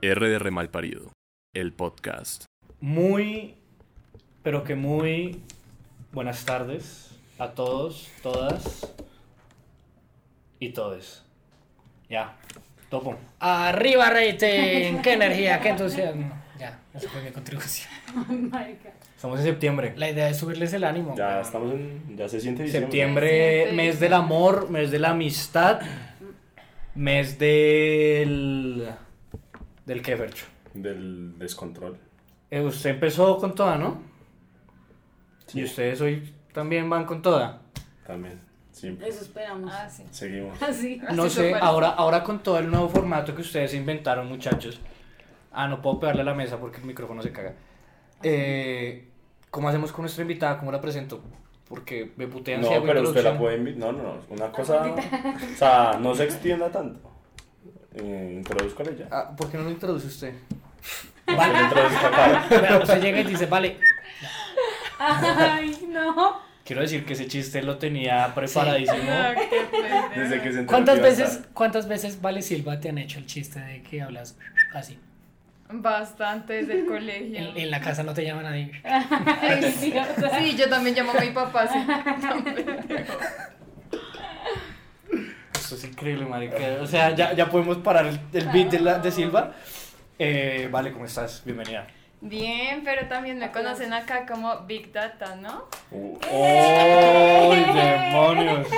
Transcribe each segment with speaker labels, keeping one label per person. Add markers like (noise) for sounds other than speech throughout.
Speaker 1: RR Malparido, el podcast.
Speaker 2: Muy, pero que muy buenas tardes a todos, todas y todes. Ya, topo.
Speaker 3: Arriba rating,
Speaker 4: (laughs)
Speaker 3: qué energía, qué entusiasmo. Ya, esa fue mi contribución.
Speaker 2: Estamos en septiembre.
Speaker 3: La idea es subirles el ánimo.
Speaker 5: Ya
Speaker 3: weón.
Speaker 5: estamos en. Ya se siente diciembre.
Speaker 2: Septiembre,
Speaker 4: Sí,
Speaker 2: mes
Speaker 4: sí.
Speaker 2: del amor, mes de la amistad, mes del... del que, Fercho.
Speaker 5: Del descontrol.
Speaker 2: Eh, Usted empezó con toda, ¿no? Y ustedes hoy también van con toda.
Speaker 5: También. Siempre.
Speaker 4: Eso esperamos. Ah, sí. Ah,
Speaker 5: Seguimos.
Speaker 4: (laughs) Así. (laughs)
Speaker 2: No sé, ahora, ahora con todo el nuevo formato que ustedes inventaron, muchachos. Ah, no puedo pegarle a la mesa porque el micrófono se caga. Eh, ¿Cómo hacemos con nuestra invitada? ¿Cómo la presento? Porque me putean
Speaker 5: No,
Speaker 2: si hago
Speaker 5: pero usted
Speaker 2: introducción.
Speaker 5: la puede invitar. No, no, no. Una cosa. O sea, no se extienda tanto. Eh, introduzca
Speaker 2: (laughs)
Speaker 5: ella.
Speaker 2: Ah, ¿Por qué no lo introduce usted?
Speaker 5: Usted la introduzca acá.
Speaker 3: Pero usted llega y dice,
Speaker 5: (laughs)
Speaker 3: vale,
Speaker 4: Ay, no. (laughs)
Speaker 2: Quiero decir que ese chiste lo tenía preparadísimo.
Speaker 5: Desde que se enteró
Speaker 3: ¿cuántas
Speaker 5: que iba a estar.
Speaker 3: veces, ¿cuántas veces, vale Silva, te han hecho el chiste de que hablas así?
Speaker 6: Bastante desde el colegio.
Speaker 3: En, en la casa no te llaman nadie.
Speaker 4: Ay, sí, o sea,
Speaker 6: Sí, yo también llamo a mi papá. sí.
Speaker 2: (laughs) Esto es increíble, marica. O sea, ya, ya podemos parar el, el beat de, la- de Silva. Eh, vale, ¿cómo estás? Bienvenida.
Speaker 6: Bien, pero también me conocen acá como Big Data, ¿no?
Speaker 5: Uh,
Speaker 2: ¡Oh, demonios!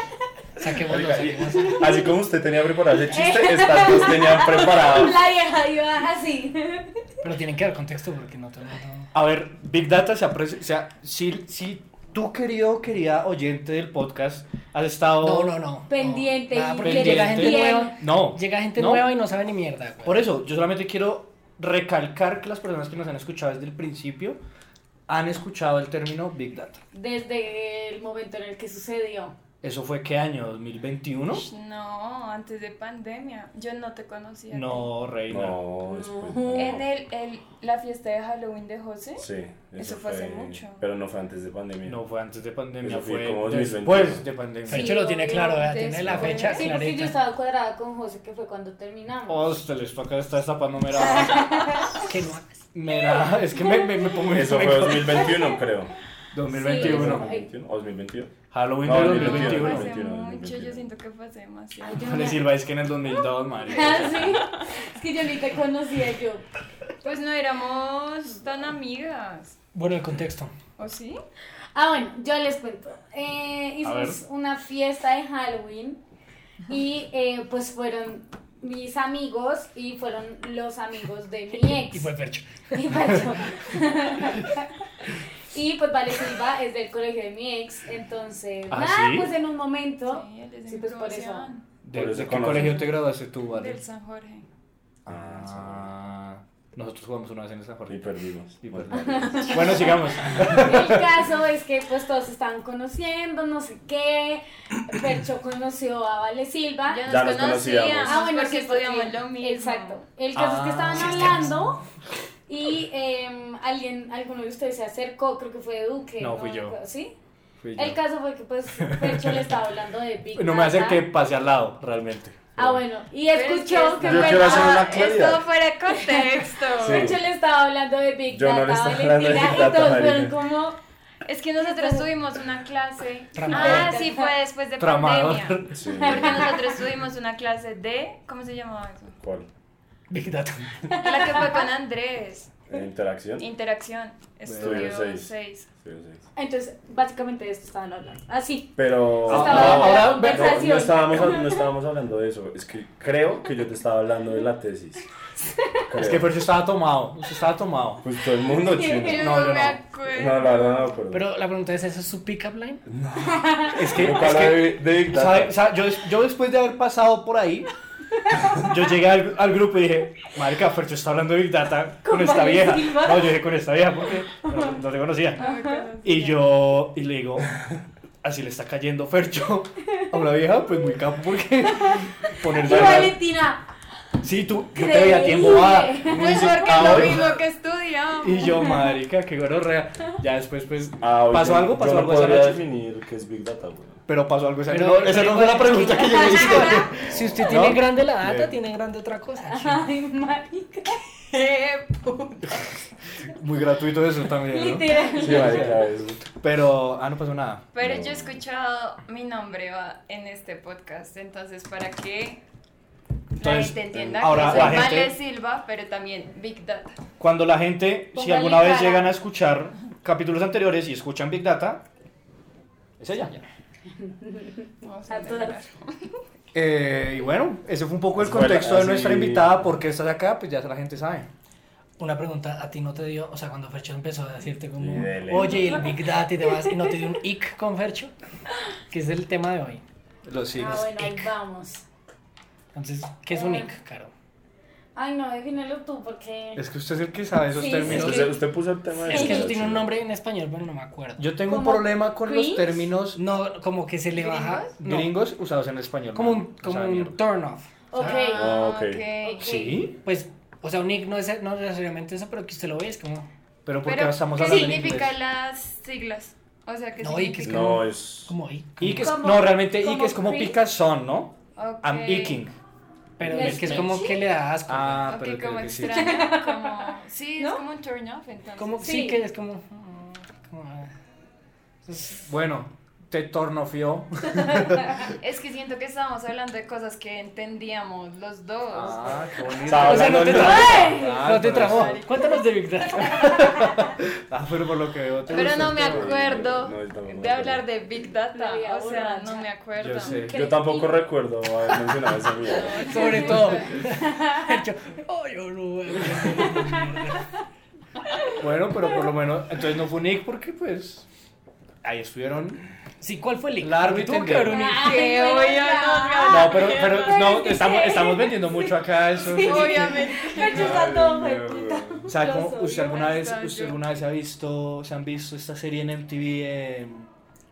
Speaker 3: Saquémoslo,
Speaker 5: oiga, y-
Speaker 3: saquémoslo.
Speaker 5: así como usted tenía preparado ese chiste, estas dos tenían preparado.
Speaker 4: La vieja iba así. (laughs)
Speaker 3: Pero tienen que dar contexto porque no todo el mundo-
Speaker 2: A ver, Big Data se aprecia. O sea, si, si tú, querido, querida oyente del podcast, has estado.
Speaker 3: No, no, no.
Speaker 4: Pendiente
Speaker 3: No, nada,
Speaker 4: y
Speaker 3: porque
Speaker 2: pendiente.
Speaker 3: Llega gente nueva.
Speaker 2: No,
Speaker 3: Llega gente
Speaker 2: no.
Speaker 3: nueva y no sabe ni mierda, güey.
Speaker 2: Por eso, yo solamente quiero recalcar que las personas que nos han escuchado desde el principio han escuchado el término Big Data.
Speaker 4: Desde el momento en el que sucedió.
Speaker 2: ¿Eso fue qué año? ¿2021?
Speaker 6: Sh, No, antes de pandemia. Yo no te conocía.
Speaker 2: No, reina.
Speaker 5: No, después.
Speaker 6: En el, el- la fiesta de Halloween de
Speaker 5: (laughs)
Speaker 6: José.
Speaker 5: Sí,
Speaker 6: Eso fue hace mucho.
Speaker 5: Pero no fue antes de pandemia.
Speaker 2: No fue antes de pandemia,
Speaker 5: Eso fue
Speaker 2: fue
Speaker 5: como 2021.
Speaker 2: después de pandemia.
Speaker 3: Fercho lo tiene claro, ¿verdad? tiene la
Speaker 6: Después.
Speaker 3: fecha
Speaker 4: Sí, porque yo
Speaker 3: clarita.
Speaker 4: estaba cuadrada con José, que fue cuando terminamos. (laughs)
Speaker 2: Hostiles, para acá está tapando mera.
Speaker 3: Que no hagas.
Speaker 2: mera. Es que me, me, me pongo
Speaker 5: Eso fue 2021,
Speaker 2: (laughs)
Speaker 5: creo.
Speaker 4: Bueno.
Speaker 2: 2021.
Speaker 4: Sí, eso.
Speaker 5: 2021 o 2022.
Speaker 2: Halloween
Speaker 5: No,
Speaker 2: de
Speaker 6: No,
Speaker 5: 21,
Speaker 6: fue hace
Speaker 2: 2021.
Speaker 5: 21,
Speaker 6: mucho,
Speaker 5: 21.
Speaker 6: yo siento que fue hace demasiado.
Speaker 4: Ay, yo no
Speaker 2: No le
Speaker 4: me-
Speaker 2: sirva, es que en el 2002, madre.
Speaker 4: Ah, sí. Es que yo ni te conocía yo.
Speaker 6: Pues no éramos tan amigas,
Speaker 3: Bueno, el contexto.
Speaker 6: ¿o sí?
Speaker 4: Ah, bueno, yo les cuento. Eh, hicimos
Speaker 2: ver.
Speaker 4: una fiesta de Halloween y eh, pues fueron mis amigos y fueron los amigos de mi ex.
Speaker 3: Y fue Fercho.
Speaker 4: (laughs) Y pues, yo. Y, pues, Vale Silva es del colegio de mi ex, entonces,
Speaker 2: ¿Ah,
Speaker 4: nada,
Speaker 2: sí?
Speaker 4: pues en un momento,
Speaker 6: Sí, él es de
Speaker 4: Sí,
Speaker 6: mi
Speaker 4: pues, por eso.
Speaker 6: promoción,
Speaker 2: ¿De,
Speaker 5: Por eso
Speaker 2: de qué
Speaker 5: conoces.
Speaker 2: colegio te graduaste tú, vale?
Speaker 6: del San Jorge.
Speaker 2: Ah, nosotros jugamos una vez en esa
Speaker 5: Y
Speaker 2: jornada.
Speaker 5: perdimos.
Speaker 2: Y perdimos. bueno, sigamos.
Speaker 4: el caso es que pues todos se estaban conociendo, no sé qué, Percho conoció a Vale Silva.
Speaker 6: Ya nos,
Speaker 5: Ya nos
Speaker 6: conocíamos.
Speaker 5: conocíamos.
Speaker 4: Ah, bueno,
Speaker 6: porque
Speaker 4: sí,
Speaker 6: podíamos
Speaker 4: porque-
Speaker 6: lo mismo.
Speaker 4: Exacto. El caso es que
Speaker 2: Ah.
Speaker 4: estaban
Speaker 3: Sistemas.
Speaker 4: hablando y em, alguien, alguno de ustedes se acercó, creo que fue Duque.
Speaker 2: No, fui
Speaker 4: me
Speaker 2: yo.
Speaker 4: acuerdo, ¿Sí?
Speaker 2: Fui yo.
Speaker 4: El caso fue que pues Percho le estaba hablando de Big
Speaker 2: No me acerqué,
Speaker 4: Data.
Speaker 2: pasé al lado, realmente.
Speaker 4: Ah, bueno, y
Speaker 6: Pero es
Speaker 4: escuchó
Speaker 6: que
Speaker 4: que,
Speaker 5: Yo
Speaker 4: Percho-
Speaker 5: quiero hacer una
Speaker 6: Ah,
Speaker 5: claridad.
Speaker 6: Esto fuera (laughs) de contexto.
Speaker 5: Sí.
Speaker 4: Percho le estaba hablando de Big
Speaker 5: Yo no
Speaker 4: Data,
Speaker 5: le estaba hablando de
Speaker 4: Valentina,
Speaker 5: Big Data,
Speaker 4: y todos fueron
Speaker 5: marica.
Speaker 4: como...
Speaker 6: Es que nosotros tuvimos una clase.
Speaker 3: Tramado.
Speaker 6: Ah, sí, fue después de
Speaker 2: Tramado. (laughs)
Speaker 6: pandemia.
Speaker 5: Sí.
Speaker 6: Porque nosotros tuvimos una clase de. ¿Cómo se llamaba eso?
Speaker 5: ¿Cuál?
Speaker 3: Big Data.
Speaker 6: La que fue con Andrés.
Speaker 5: ¿En interacción?
Speaker 6: Interacción. Estudio
Speaker 5: Estudio seis.
Speaker 6: 6.
Speaker 5: Sí, sí.
Speaker 4: Entonces, básicamente de esto estaban hablando. Así.
Speaker 5: Pero
Speaker 4: Se
Speaker 2: Ah, no,
Speaker 4: estaba hablando
Speaker 2: ahora-
Speaker 4: de la
Speaker 5: oh, no,
Speaker 4: conversación.
Speaker 5: no estábamos, no estábamos hablando de eso. Es que creo que yo te estaba hablando de la tesis.
Speaker 2: (laughs) Es
Speaker 5: Creo.
Speaker 2: que Fercho estaba tomado. Usted estaba tomado.
Speaker 5: Pues todo el (laughs) mundo chino.
Speaker 2: No, yo no.
Speaker 6: me acuerdo.
Speaker 5: No, la verdad no me acuerdo.
Speaker 3: Pero la pregunta es, ¿eso es su pick-up line?
Speaker 2: Es que.
Speaker 5: Nunca
Speaker 2: Es
Speaker 5: la
Speaker 2: que
Speaker 5: de- de Big Data.
Speaker 2: ¿sabe- sabe? Yo, des- yo después de haber pasado por ahí, yo llegué al, al grupo y dije, marica, Fercho está hablando de Big Data con
Speaker 4: Con
Speaker 2: esta
Speaker 4: Vale
Speaker 2: vieja.
Speaker 4: Silva.
Speaker 2: No, yo dije con esta vieja porque no, no te conocía.
Speaker 6: No me acuerdo.
Speaker 2: Y yo, y le digo, así le está cayendo Fercho a una vieja, pues muy capo, porque
Speaker 4: Y
Speaker 2: ponerse a hablar.
Speaker 4: Valentina,
Speaker 2: Sí, tú, yo te veía tiempo, va.
Speaker 6: Pues porque es lo mismo
Speaker 5: (laughs)
Speaker 6: que estudiamos.
Speaker 2: Y yo, marica, qué gonorrea. Ya después, pues,
Speaker 5: Ah, oye,
Speaker 2: pasó algo,
Speaker 5: yo
Speaker 2: pasó
Speaker 5: no
Speaker 2: algo esa
Speaker 5: podría
Speaker 2: noche.
Speaker 5: definir qué es Big Data, güey.
Speaker 2: Pero pasó algo esa noche.
Speaker 3: Pero-
Speaker 2: No, Esa no fue la pregunta que yo le hice.
Speaker 3: (laughs) Si usted tiene
Speaker 2: ¿No?
Speaker 3: grande la data,
Speaker 2: Bien.
Speaker 3: tiene grande otra cosa.
Speaker 4: ay, marica.
Speaker 6: ¡Qué puta!
Speaker 2: Muy gratuito eso también, ¿no?
Speaker 4: Literal.
Speaker 5: Sí, marica, es-
Speaker 2: Pero, ah, no pasó nada.
Speaker 6: Pero
Speaker 5: No.
Speaker 6: yo he escuchado mi nombre va en este podcast, entonces para que la
Speaker 2: Entonces,
Speaker 6: gente entienda
Speaker 2: ahora
Speaker 6: que soy
Speaker 2: la gente-
Speaker 6: Vale Silva, pero también Big Data.
Speaker 2: Cuando la gente, si
Speaker 4: Póngale
Speaker 2: alguna vez
Speaker 4: cara.
Speaker 2: llegan a escuchar capítulos anteriores y escuchan Big Data, es ella.
Speaker 6: Vamos
Speaker 4: A todas.
Speaker 6: mejorar.
Speaker 2: Eh, y bueno, ese fue un poco el
Speaker 5: Así fue la-
Speaker 2: contexto de nuestra
Speaker 5: así-
Speaker 2: invitada, por qué estás acá, pues ya la gente sabe.
Speaker 3: Una pregunta, ¿a ti no te dio, o sea, cuando Fercho empezó a decirte como,
Speaker 5: Sí, de ley.
Speaker 3: oye, y el Big Data y demás, y no te dio un ick con Fercho? Que es el tema de hoy.
Speaker 2: Los
Speaker 4: Ah,
Speaker 5: pues,
Speaker 2: signos.
Speaker 4: bueno, ahí vamos.
Speaker 3: Entonces, ¿qué es un ick, Caro?
Speaker 4: Ay, no, defínelo tú porque.
Speaker 2: Es que usted es el que sabe esos
Speaker 4: Sí,
Speaker 2: términos.
Speaker 4: sí.
Speaker 5: Usted, usted puso el tema de
Speaker 3: Es que eso
Speaker 5: Sí.
Speaker 3: tiene un nombre en español, pero no me acuerdo.
Speaker 2: Yo tengo un
Speaker 4: ¿Cómo?
Speaker 2: problema con los
Speaker 4: ¿Cringe?
Speaker 2: términos
Speaker 3: No, como que se le baja. no,
Speaker 2: gringos usados en español.
Speaker 3: como un,
Speaker 2: O sea,
Speaker 3: como
Speaker 2: mierda.
Speaker 3: un turn off.
Speaker 4: Ok.
Speaker 5: Ah, ok.
Speaker 6: ok.
Speaker 2: Sí,
Speaker 3: Pues, o sea, un ick no es no necesariamente eso, pero que usted lo ve, es como.
Speaker 2: pero porque
Speaker 6: Pero,
Speaker 2: estamos
Speaker 6: ¿qué
Speaker 2: hablando en
Speaker 6: significa
Speaker 2: inglés.
Speaker 6: las siglas? O sea, ¿qué
Speaker 3: No, y que
Speaker 6: significa?
Speaker 5: No, es.
Speaker 3: Como ick.
Speaker 2: Ick es-
Speaker 4: Como-
Speaker 2: no, realmente Ick
Speaker 4: como
Speaker 2: es como
Speaker 4: cringe.
Speaker 2: picazón, ¿no?
Speaker 6: Ok.
Speaker 2: I'm icking.
Speaker 3: Pero
Speaker 4: ¿Y
Speaker 3: es
Speaker 4: el
Speaker 3: que es como
Speaker 4: cringe?
Speaker 3: que le da asco.
Speaker 2: Ah,
Speaker 6: Ok,
Speaker 2: pero creo
Speaker 6: como
Speaker 2: que sí. (laughs)
Speaker 6: extraño, como... Sí, es
Speaker 4: ¿No?
Speaker 6: como un turn off, entonces.
Speaker 3: Como, sí.
Speaker 4: Sí.
Speaker 3: que es como. como, ah. Entonces,
Speaker 2: Bueno, te tornofio.
Speaker 6: Es que siento que estábamos hablando de cosas que entendíamos los dos.
Speaker 2: Ah, qué bonito.
Speaker 5: Estaba
Speaker 3: O sea, no
Speaker 5: hablando
Speaker 3: te
Speaker 5: en-
Speaker 3: trabó.
Speaker 2: Ah,
Speaker 3: no te
Speaker 2: pero
Speaker 3: trabó.
Speaker 2: sí.
Speaker 3: Cuéntanos de Big Data.
Speaker 2: Ah, pero por lo que veo. te
Speaker 6: Pero
Speaker 2: gusta
Speaker 6: no
Speaker 2: el
Speaker 6: me
Speaker 2: tema.
Speaker 6: acuerdo
Speaker 5: No, yo tampoco me
Speaker 6: de hablar de Big Data.
Speaker 4: Me había
Speaker 6: O sea,
Speaker 4: borracha.
Speaker 6: no me acuerdo.
Speaker 2: Yo sé.
Speaker 5: Yo tampoco recuerdo haber mencionado esa
Speaker 4: (laughs)
Speaker 5: mierda.
Speaker 3: Sobre todo. Yo, oh, yo no voy a-
Speaker 2: Bueno, pero por lo menos. Entonces no fue un Ick porque, pues. Ahí estuvieron.
Speaker 3: Sí, ¿cuál fue el ick?
Speaker 2: Largo
Speaker 3: Porque
Speaker 2: y
Speaker 3: tuvo que
Speaker 2: tendido.
Speaker 3: haber un ick.
Speaker 4: Ay,
Speaker 6: Que
Speaker 4: bueno,
Speaker 6: hoy
Speaker 4: ya.
Speaker 6: Ah, no,
Speaker 2: No, pero, pero
Speaker 4: Pero es
Speaker 2: no,
Speaker 4: que
Speaker 2: estamos,
Speaker 4: sí.
Speaker 2: estamos vendiendo mucho acá eso.
Speaker 4: Sí.
Speaker 6: (laughs) Obviamente.
Speaker 4: Fercho está todo
Speaker 5: Ay,
Speaker 4: fue
Speaker 5: no,
Speaker 4: puta.
Speaker 2: O sea,
Speaker 4: Yo
Speaker 2: como-
Speaker 4: soy
Speaker 2: ¿usted alguna
Speaker 6: una
Speaker 2: vez,
Speaker 6: extraña.
Speaker 2: usted alguna vez se ha visto, se han visto esta serie en MTV eh,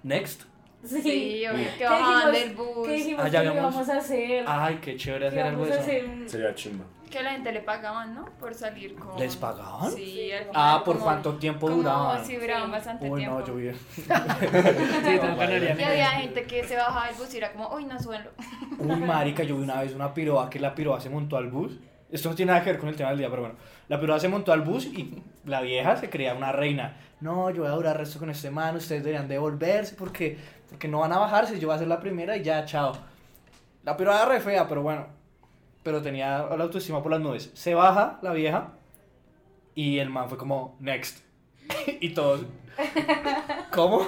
Speaker 2: Next?
Speaker 4: Sí.
Speaker 6: Sí, obvio, que
Speaker 4: ¿Qué
Speaker 6: bajaban del
Speaker 4: dijimos?
Speaker 6: bus.
Speaker 4: ¿Qué dijimos
Speaker 2: Ah, ya
Speaker 4: que
Speaker 2: hablamos.
Speaker 4: íbamos a hacer?
Speaker 2: Ay, qué chévere
Speaker 4: Que
Speaker 2: hacer algo
Speaker 4: íbamos
Speaker 2: de
Speaker 4: a
Speaker 2: eso.
Speaker 4: hacer un.
Speaker 5: Sería chimba.
Speaker 6: Que la gente le pagaban, ¿no? Por salir con...
Speaker 2: ¿Les pagaban?
Speaker 6: Sí, al final
Speaker 2: Ah, ¿por
Speaker 6: como-
Speaker 2: cuánto tiempo
Speaker 6: como
Speaker 2: duraban?
Speaker 6: Sí, duraban
Speaker 4: Sí.
Speaker 6: bastante
Speaker 2: Uy,
Speaker 6: tiempo.
Speaker 2: no, yo vi.
Speaker 3: Sí, no ganaría
Speaker 6: Y
Speaker 3: ni
Speaker 6: había
Speaker 3: idea.
Speaker 6: gente que se bajaba del bus y era como, uy, no suelo.
Speaker 2: Uy, marica, yo vi una vez una piroa que la piroa se montó al bus. Esto no tiene nada que ver con el tema del día, pero bueno. La piroa se montó al bus y la vieja se creía una reina. No, yo voy a durar resto con este man, ustedes deberían devolverse porque, porque no van a bajarse, yo voy a ser la primera y ya, chao. La piroa era re fea, pero bueno. Pero tenía la autoestima por las nubes. Se baja la vieja y el man fue como, next. (laughs) y todos, ¿cómo?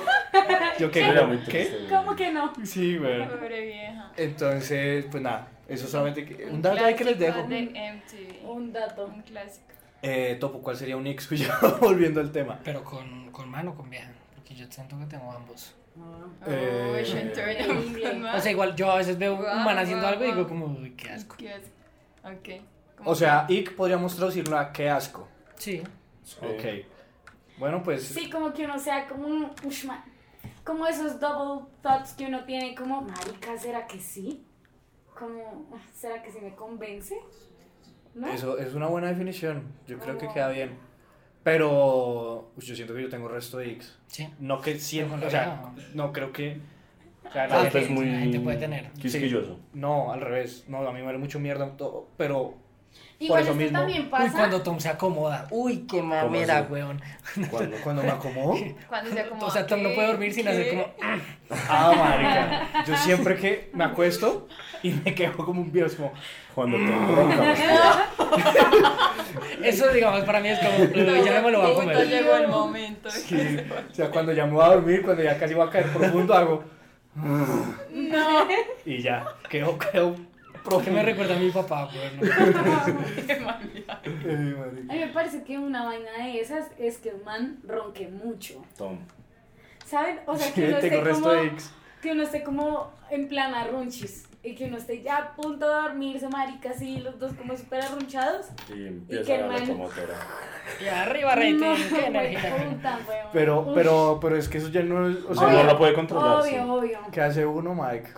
Speaker 2: Yo qué,
Speaker 5: Sería muy
Speaker 2: ¿qué?
Speaker 5: triste.
Speaker 4: ¿Cómo que no?
Speaker 2: Sí, güey.
Speaker 6: (laughs) Pobre vieja.
Speaker 2: Entonces, pues nada, eso solamente que- un dato ahí que les dejo.
Speaker 6: Clásico de MTV.
Speaker 4: Un dato.
Speaker 6: Un clásico.
Speaker 2: Eh, Topo, ¿cuál sería un (laughs) ex suyo? Volviendo al tema.
Speaker 3: Pero con, con mano o con vieja. Porque yo siento que tengo ambos.
Speaker 2: Eh,
Speaker 6: Uy, yo entré en
Speaker 2: (laughs)
Speaker 6: un
Speaker 4: bien.
Speaker 6: tema.
Speaker 3: O sea, igual yo a veces veo un man haciendo algo y digo como, uy, qué asco.
Speaker 6: Qué asco. Ok. Como
Speaker 2: O sea, ic podríamos traducirlo a qué asco.
Speaker 3: Sí.
Speaker 5: Sí.
Speaker 2: Ok. Bueno, pues
Speaker 4: Sí, como que uno sea como un ush, ma- como esos double thoughts que uno tiene, como, marica, ¿será que sí? Como, ah, ¿será que sí me convence? ¿No?
Speaker 2: eso es una buena definición. Yo creo que
Speaker 4: Como-
Speaker 2: queda bien. Pero uy, yo siento que yo tengo resto de ics.
Speaker 3: Sí.
Speaker 2: No que siento,
Speaker 3: Ojalá.
Speaker 2: o sea, no creo que... o sea, la
Speaker 3: Ah,
Speaker 5: La gente
Speaker 2: gente-
Speaker 5: es muy.
Speaker 3: la gente puede tener.
Speaker 2: (laughs)
Speaker 5: Quisquilloso.
Speaker 2: no, al revés. No, a mí me vale mucho mierda todo, pero...
Speaker 4: Igual
Speaker 2: eso
Speaker 4: esto
Speaker 2: mismo.
Speaker 4: también
Speaker 3: Uy,
Speaker 4: pasa.
Speaker 3: cuando Tom se acomoda. Uy, qué mamera,
Speaker 5: así?
Speaker 3: weón.
Speaker 2: Cuando, cuando me acomodo...
Speaker 6: Cuando
Speaker 2: (laughs)
Speaker 6: se acomoda.
Speaker 3: O sea, Tom no
Speaker 6: ¿qué?
Speaker 3: puede dormir sin
Speaker 6: ¿Qué?
Speaker 3: hacer como.
Speaker 4: (laughs)
Speaker 2: Ah, marica. Yo siempre que me acuesto y me quedo como un viejo, es como,
Speaker 5: Cuando te roncas.
Speaker 3: Eso, digamos, para mí es como.
Speaker 6: (laughs)
Speaker 3: "Uy, Ya me lo voy a
Speaker 6: Puta,
Speaker 3: comer.
Speaker 6: llegó el momento.
Speaker 2: sí, o sea, cuando ya me voy a dormir, cuando ya casi voy a caer profundo, hago
Speaker 4: No,
Speaker 2: (laughs) y ya, quedo, quedo
Speaker 3: Porque me
Speaker 2: profundo.
Speaker 3: recuerda a mi papá, weón.
Speaker 6: Qué mal viaje.
Speaker 2: Ay, marica.
Speaker 4: (laughs)
Speaker 2: (laughs)
Speaker 4: a mí me parece que una vaina de esas es que un man ronque mucho.
Speaker 5: Tom.
Speaker 4: ¿Saben?
Speaker 2: (laughs)
Speaker 4: O sea,
Speaker 2: Sí,
Speaker 4: que uno
Speaker 2: tengo
Speaker 4: esté
Speaker 2: resto
Speaker 4: como,
Speaker 2: de ics.
Speaker 4: que uno esté como en plan arrunchis y que uno esté ya a punto de dormirse, marica, así, los dos como súper arrunchados.
Speaker 5: Y
Speaker 4: Y que
Speaker 5: empieza la
Speaker 4: mal.
Speaker 5: locomotora.
Speaker 3: Y arriba, rating.
Speaker 4: No,
Speaker 3: Qué
Speaker 4: güey,
Speaker 3: energía.
Speaker 4: puta, weón.
Speaker 2: Pero,
Speaker 4: Uy.
Speaker 2: pero, pero es que eso ya no es, o
Speaker 5: No, no
Speaker 2: sea,
Speaker 5: lo puede controlar. sí.
Speaker 4: Obvio, obvio.
Speaker 2: ¿qué hace uno, Mike?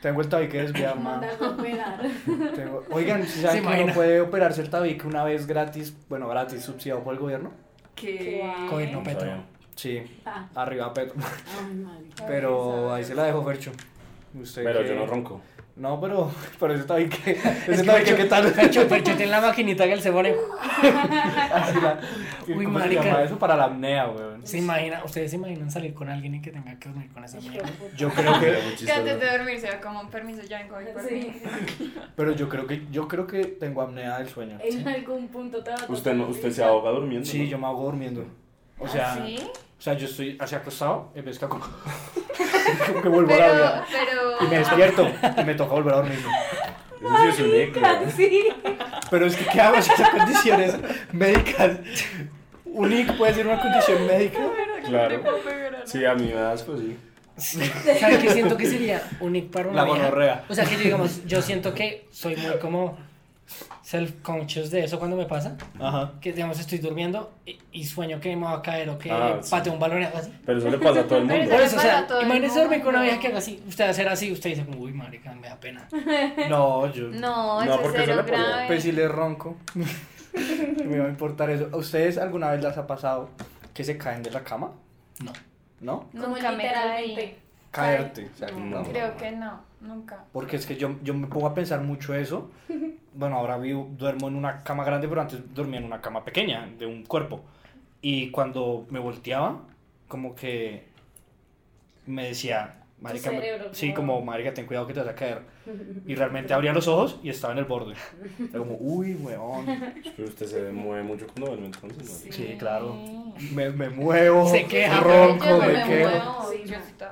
Speaker 2: Tengo el tabique desviado, ma.
Speaker 4: Mandarlo a operar.
Speaker 2: (laughs) Tengo- Oigan,
Speaker 4: (laughs)
Speaker 2: si
Speaker 3: Se
Speaker 2: saben que uno
Speaker 3: imagina.
Speaker 2: puede operarse el tabique una vez gratis, bueno, gratis, subsidiado por el gobierno.
Speaker 6: ¿Qué?
Speaker 3: Coger no
Speaker 5: Está
Speaker 3: Petro.
Speaker 5: bien.
Speaker 2: Sí,
Speaker 4: Ah,
Speaker 2: arriba Petro.
Speaker 4: ay, madre.
Speaker 2: Pero ahí se la dejo, Fercho. Usted
Speaker 5: Pero
Speaker 2: que-
Speaker 5: yo no ronco.
Speaker 2: No, pero, (laughs) pero ese tabique, ese
Speaker 3: (laughs) Es que
Speaker 2: tabique,
Speaker 3: Fercho-
Speaker 2: ¿qué tal?
Speaker 3: (laughs) Fercho- Fercho tiene la maquinita que él se pone.
Speaker 2: Así la-
Speaker 3: Uy,
Speaker 2: (laughs) ¿Cómo se
Speaker 3: marica.
Speaker 2: llama eso? Para la apnea, weón.
Speaker 3: ¿Se imagina, ¿Ustedes se imaginan salir con alguien y que tenga que dormir con esa mierda?
Speaker 2: Yo creo que, (laughs)
Speaker 3: (laughs)
Speaker 5: Era muy
Speaker 6: Que antes de
Speaker 5: chistoso.
Speaker 6: dormir se va como, permiso, ya vengo, voy por mí.
Speaker 4: Sí.
Speaker 2: pero yo creo que, yo creo que tengo apnea del sueño.
Speaker 4: En algún punto te va a tocar
Speaker 5: Usted, no, usted se
Speaker 4: gritar.
Speaker 5: ahoga durmiendo.
Speaker 2: Sí,
Speaker 5: ¿no?
Speaker 2: yo me hago durmiendo. O sea,
Speaker 6: ¿Ah, ¿Sí?
Speaker 2: o sea, yo estoy así acostado, y me
Speaker 6: (laughs)
Speaker 2: como, como que vuelvo a la
Speaker 6: Pero,
Speaker 2: vida. Y me
Speaker 6: pero...
Speaker 2: despierto y me toca volver a dormir.
Speaker 5: Eso sí es un
Speaker 4: Ah,
Speaker 5: necro.
Speaker 4: Sí.
Speaker 2: Pero es que, ¿qué hago si esas condiciones médicas? Un IC puede ser una condición médica.
Speaker 5: Claro.
Speaker 6: Puedo pegar, (laughs) ¿no?
Speaker 5: Sí, a mí me da asco, sí.
Speaker 3: ¿Sabes qué siento que sería un nick para una
Speaker 2: La
Speaker 3: vieja?
Speaker 2: gonorrea.
Speaker 3: O sea, que yo, digamos, yo siento que soy muy como self-conscious de eso cuando me pasa.
Speaker 2: Ajá.
Speaker 3: Que, digamos, estoy durmiendo y, y sueño que me va a caer o que
Speaker 5: Ah,
Speaker 3: pateo
Speaker 5: sí.
Speaker 3: un balón o algo así.
Speaker 5: Pero eso le pasa a todo el
Speaker 4: (laughs)
Speaker 6: Pero
Speaker 5: mundo.
Speaker 3: Por
Speaker 6: le
Speaker 3: eso, o
Speaker 6: pasa
Speaker 3: sea,
Speaker 6: a todo el
Speaker 3: imagínese dormir con una
Speaker 6: mundo.
Speaker 3: vieja que haga así. Usted hacer así, usted dice, como, uy, marica, me da pena.
Speaker 2: No, yo.
Speaker 5: No,
Speaker 6: No, eso es
Speaker 5: porque eso
Speaker 6: cero
Speaker 5: le pasó.
Speaker 6: grave.
Speaker 2: Pues si le ronco. (laughs) No me va a importar eso. ¿A ustedes alguna vez las ha pasado que se caen de la cama?
Speaker 3: No.
Speaker 2: ¿No?
Speaker 4: Como
Speaker 6: Nunca me caí.
Speaker 4: literalmente.
Speaker 2: Caerte. o sea,
Speaker 5: No.
Speaker 6: Creo que no, nunca.
Speaker 2: Porque es que yo, yo me pongo a pensar mucho eso. Bueno, ahora vivo, duermo en una cama grande, pero antes dormía en una cama pequeña, de un cuerpo. Y cuando me volteaba, como que me decía, marica, me-
Speaker 4: cerebro,
Speaker 2: sí,
Speaker 4: ¿no?
Speaker 2: como, marica, ten cuidado que te vas a caer. Y realmente abría los ojos y estaba en el borde. Era como, uy, weón.
Speaker 5: Pero usted se mueve mucho cuando duerme, entonces. ¿no?
Speaker 2: Sí, claro. Me, me muevo,
Speaker 3: Se queja,
Speaker 2: ronco,
Speaker 6: Yo
Speaker 2: me,
Speaker 6: me,
Speaker 2: quedo.
Speaker 6: muevo.
Speaker 4: Sí,
Speaker 6: yo
Speaker 4: no.
Speaker 6: sí to-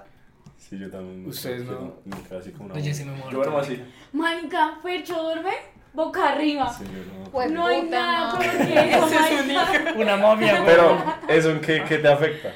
Speaker 5: Sí, yo también.
Speaker 2: Ustedes no.
Speaker 5: Me quedo así como una
Speaker 3: Pues yo
Speaker 5: bomba.
Speaker 3: sí me muero.
Speaker 5: Yo duermo así.
Speaker 4: Marica, Fercho duerme boca arriba.
Speaker 5: Sí, yo no.
Speaker 6: Pues-
Speaker 4: No hay
Speaker 6: Puta
Speaker 4: nada
Speaker 6: madre.
Speaker 2: (laughs)
Speaker 4: porque eso, marica.
Speaker 3: Una momia, güey.
Speaker 5: Pero, ¿eso en qué, qué te afecta?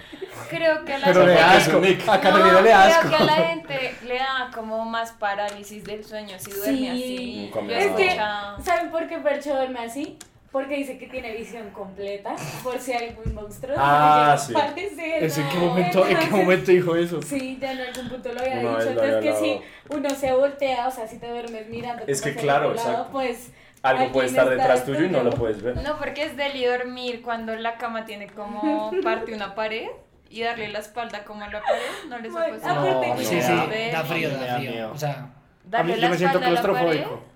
Speaker 6: Creo que a la
Speaker 2: Pero le
Speaker 6: gente-
Speaker 2: da asco. A Carolina
Speaker 6: No,
Speaker 2: le da asco.
Speaker 6: Creo que a la gente le da como más parálisis del sueño si duerme
Speaker 4: Sí.
Speaker 6: así.
Speaker 5: Nunca me
Speaker 6: Yo
Speaker 5: ha
Speaker 6: he
Speaker 5: dado.
Speaker 6: escuchado-
Speaker 4: ¿Saben por qué Percho duerme así? Porque dice que tiene visión completa, por si algún monstruo (laughs)
Speaker 5: Ah,
Speaker 4: se
Speaker 5: sí.
Speaker 4: le llega a aparecer.
Speaker 2: ¿En qué momento, en qué
Speaker 4: Entonces-
Speaker 2: momento dijo eso?
Speaker 4: Sí, ya en algún punto lo había
Speaker 5: Una
Speaker 4: dicho,
Speaker 5: vez lo
Speaker 4: entonces
Speaker 5: había
Speaker 4: que si
Speaker 5: hablado.
Speaker 4: uno se voltea, o sea, si te duermes mirando
Speaker 5: Es
Speaker 4: como
Speaker 5: que
Speaker 4: hacia
Speaker 5: claro,
Speaker 4: otro lado,
Speaker 5: exacto.
Speaker 4: pues
Speaker 5: Algo
Speaker 4: Alguien
Speaker 5: puede estar
Speaker 4: está
Speaker 5: detrás tuyo y no
Speaker 4: estudiando.
Speaker 5: lo puedes ver.
Speaker 6: No, porque es deli dormir cuando la cama tiene como parte de una pared y darle la espalda como a la pared. No les ha
Speaker 4: Bueno,
Speaker 6: pasado.
Speaker 4: aparte No, que-
Speaker 3: Sí, sí,
Speaker 6: Ver,
Speaker 3: da frío,
Speaker 2: Me
Speaker 3: da
Speaker 2: da miedo.
Speaker 3: frío. O sea,
Speaker 2: A mí
Speaker 6: darle
Speaker 2: yo
Speaker 6: la
Speaker 2: me siento
Speaker 6: espalda a la
Speaker 2: claustrofóbico.
Speaker 6: pared,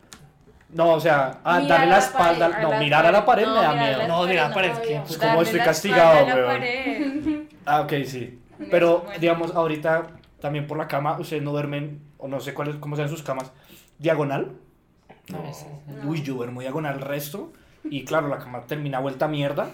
Speaker 2: No, o sea, ah,
Speaker 6: mirar
Speaker 2: darle
Speaker 6: a
Speaker 2: la
Speaker 6: la
Speaker 2: espalda,
Speaker 6: pared,
Speaker 2: no,
Speaker 6: a la
Speaker 2: mirar a la pared
Speaker 6: no,
Speaker 2: me da
Speaker 6: mirar a la
Speaker 2: miedo.
Speaker 3: no, mira,
Speaker 6: no,
Speaker 3: parece que...
Speaker 4: obvio.
Speaker 2: Pues,
Speaker 6: darle
Speaker 2: como estoy
Speaker 6: la
Speaker 2: castigado,
Speaker 6: espalda a la
Speaker 2: weón.
Speaker 6: pared.
Speaker 2: Ah, ok, sí.
Speaker 6: Me
Speaker 2: Pero,
Speaker 6: suena.
Speaker 2: digamos, ahorita también por la cama, ustedes no duermen, o no sé cuáles, cómo sean sus camas, diagonal.
Speaker 3: No, es- es-
Speaker 2: Uy, yo duermo diagonal resto. Y claro, la cama termina vuelta a mierda.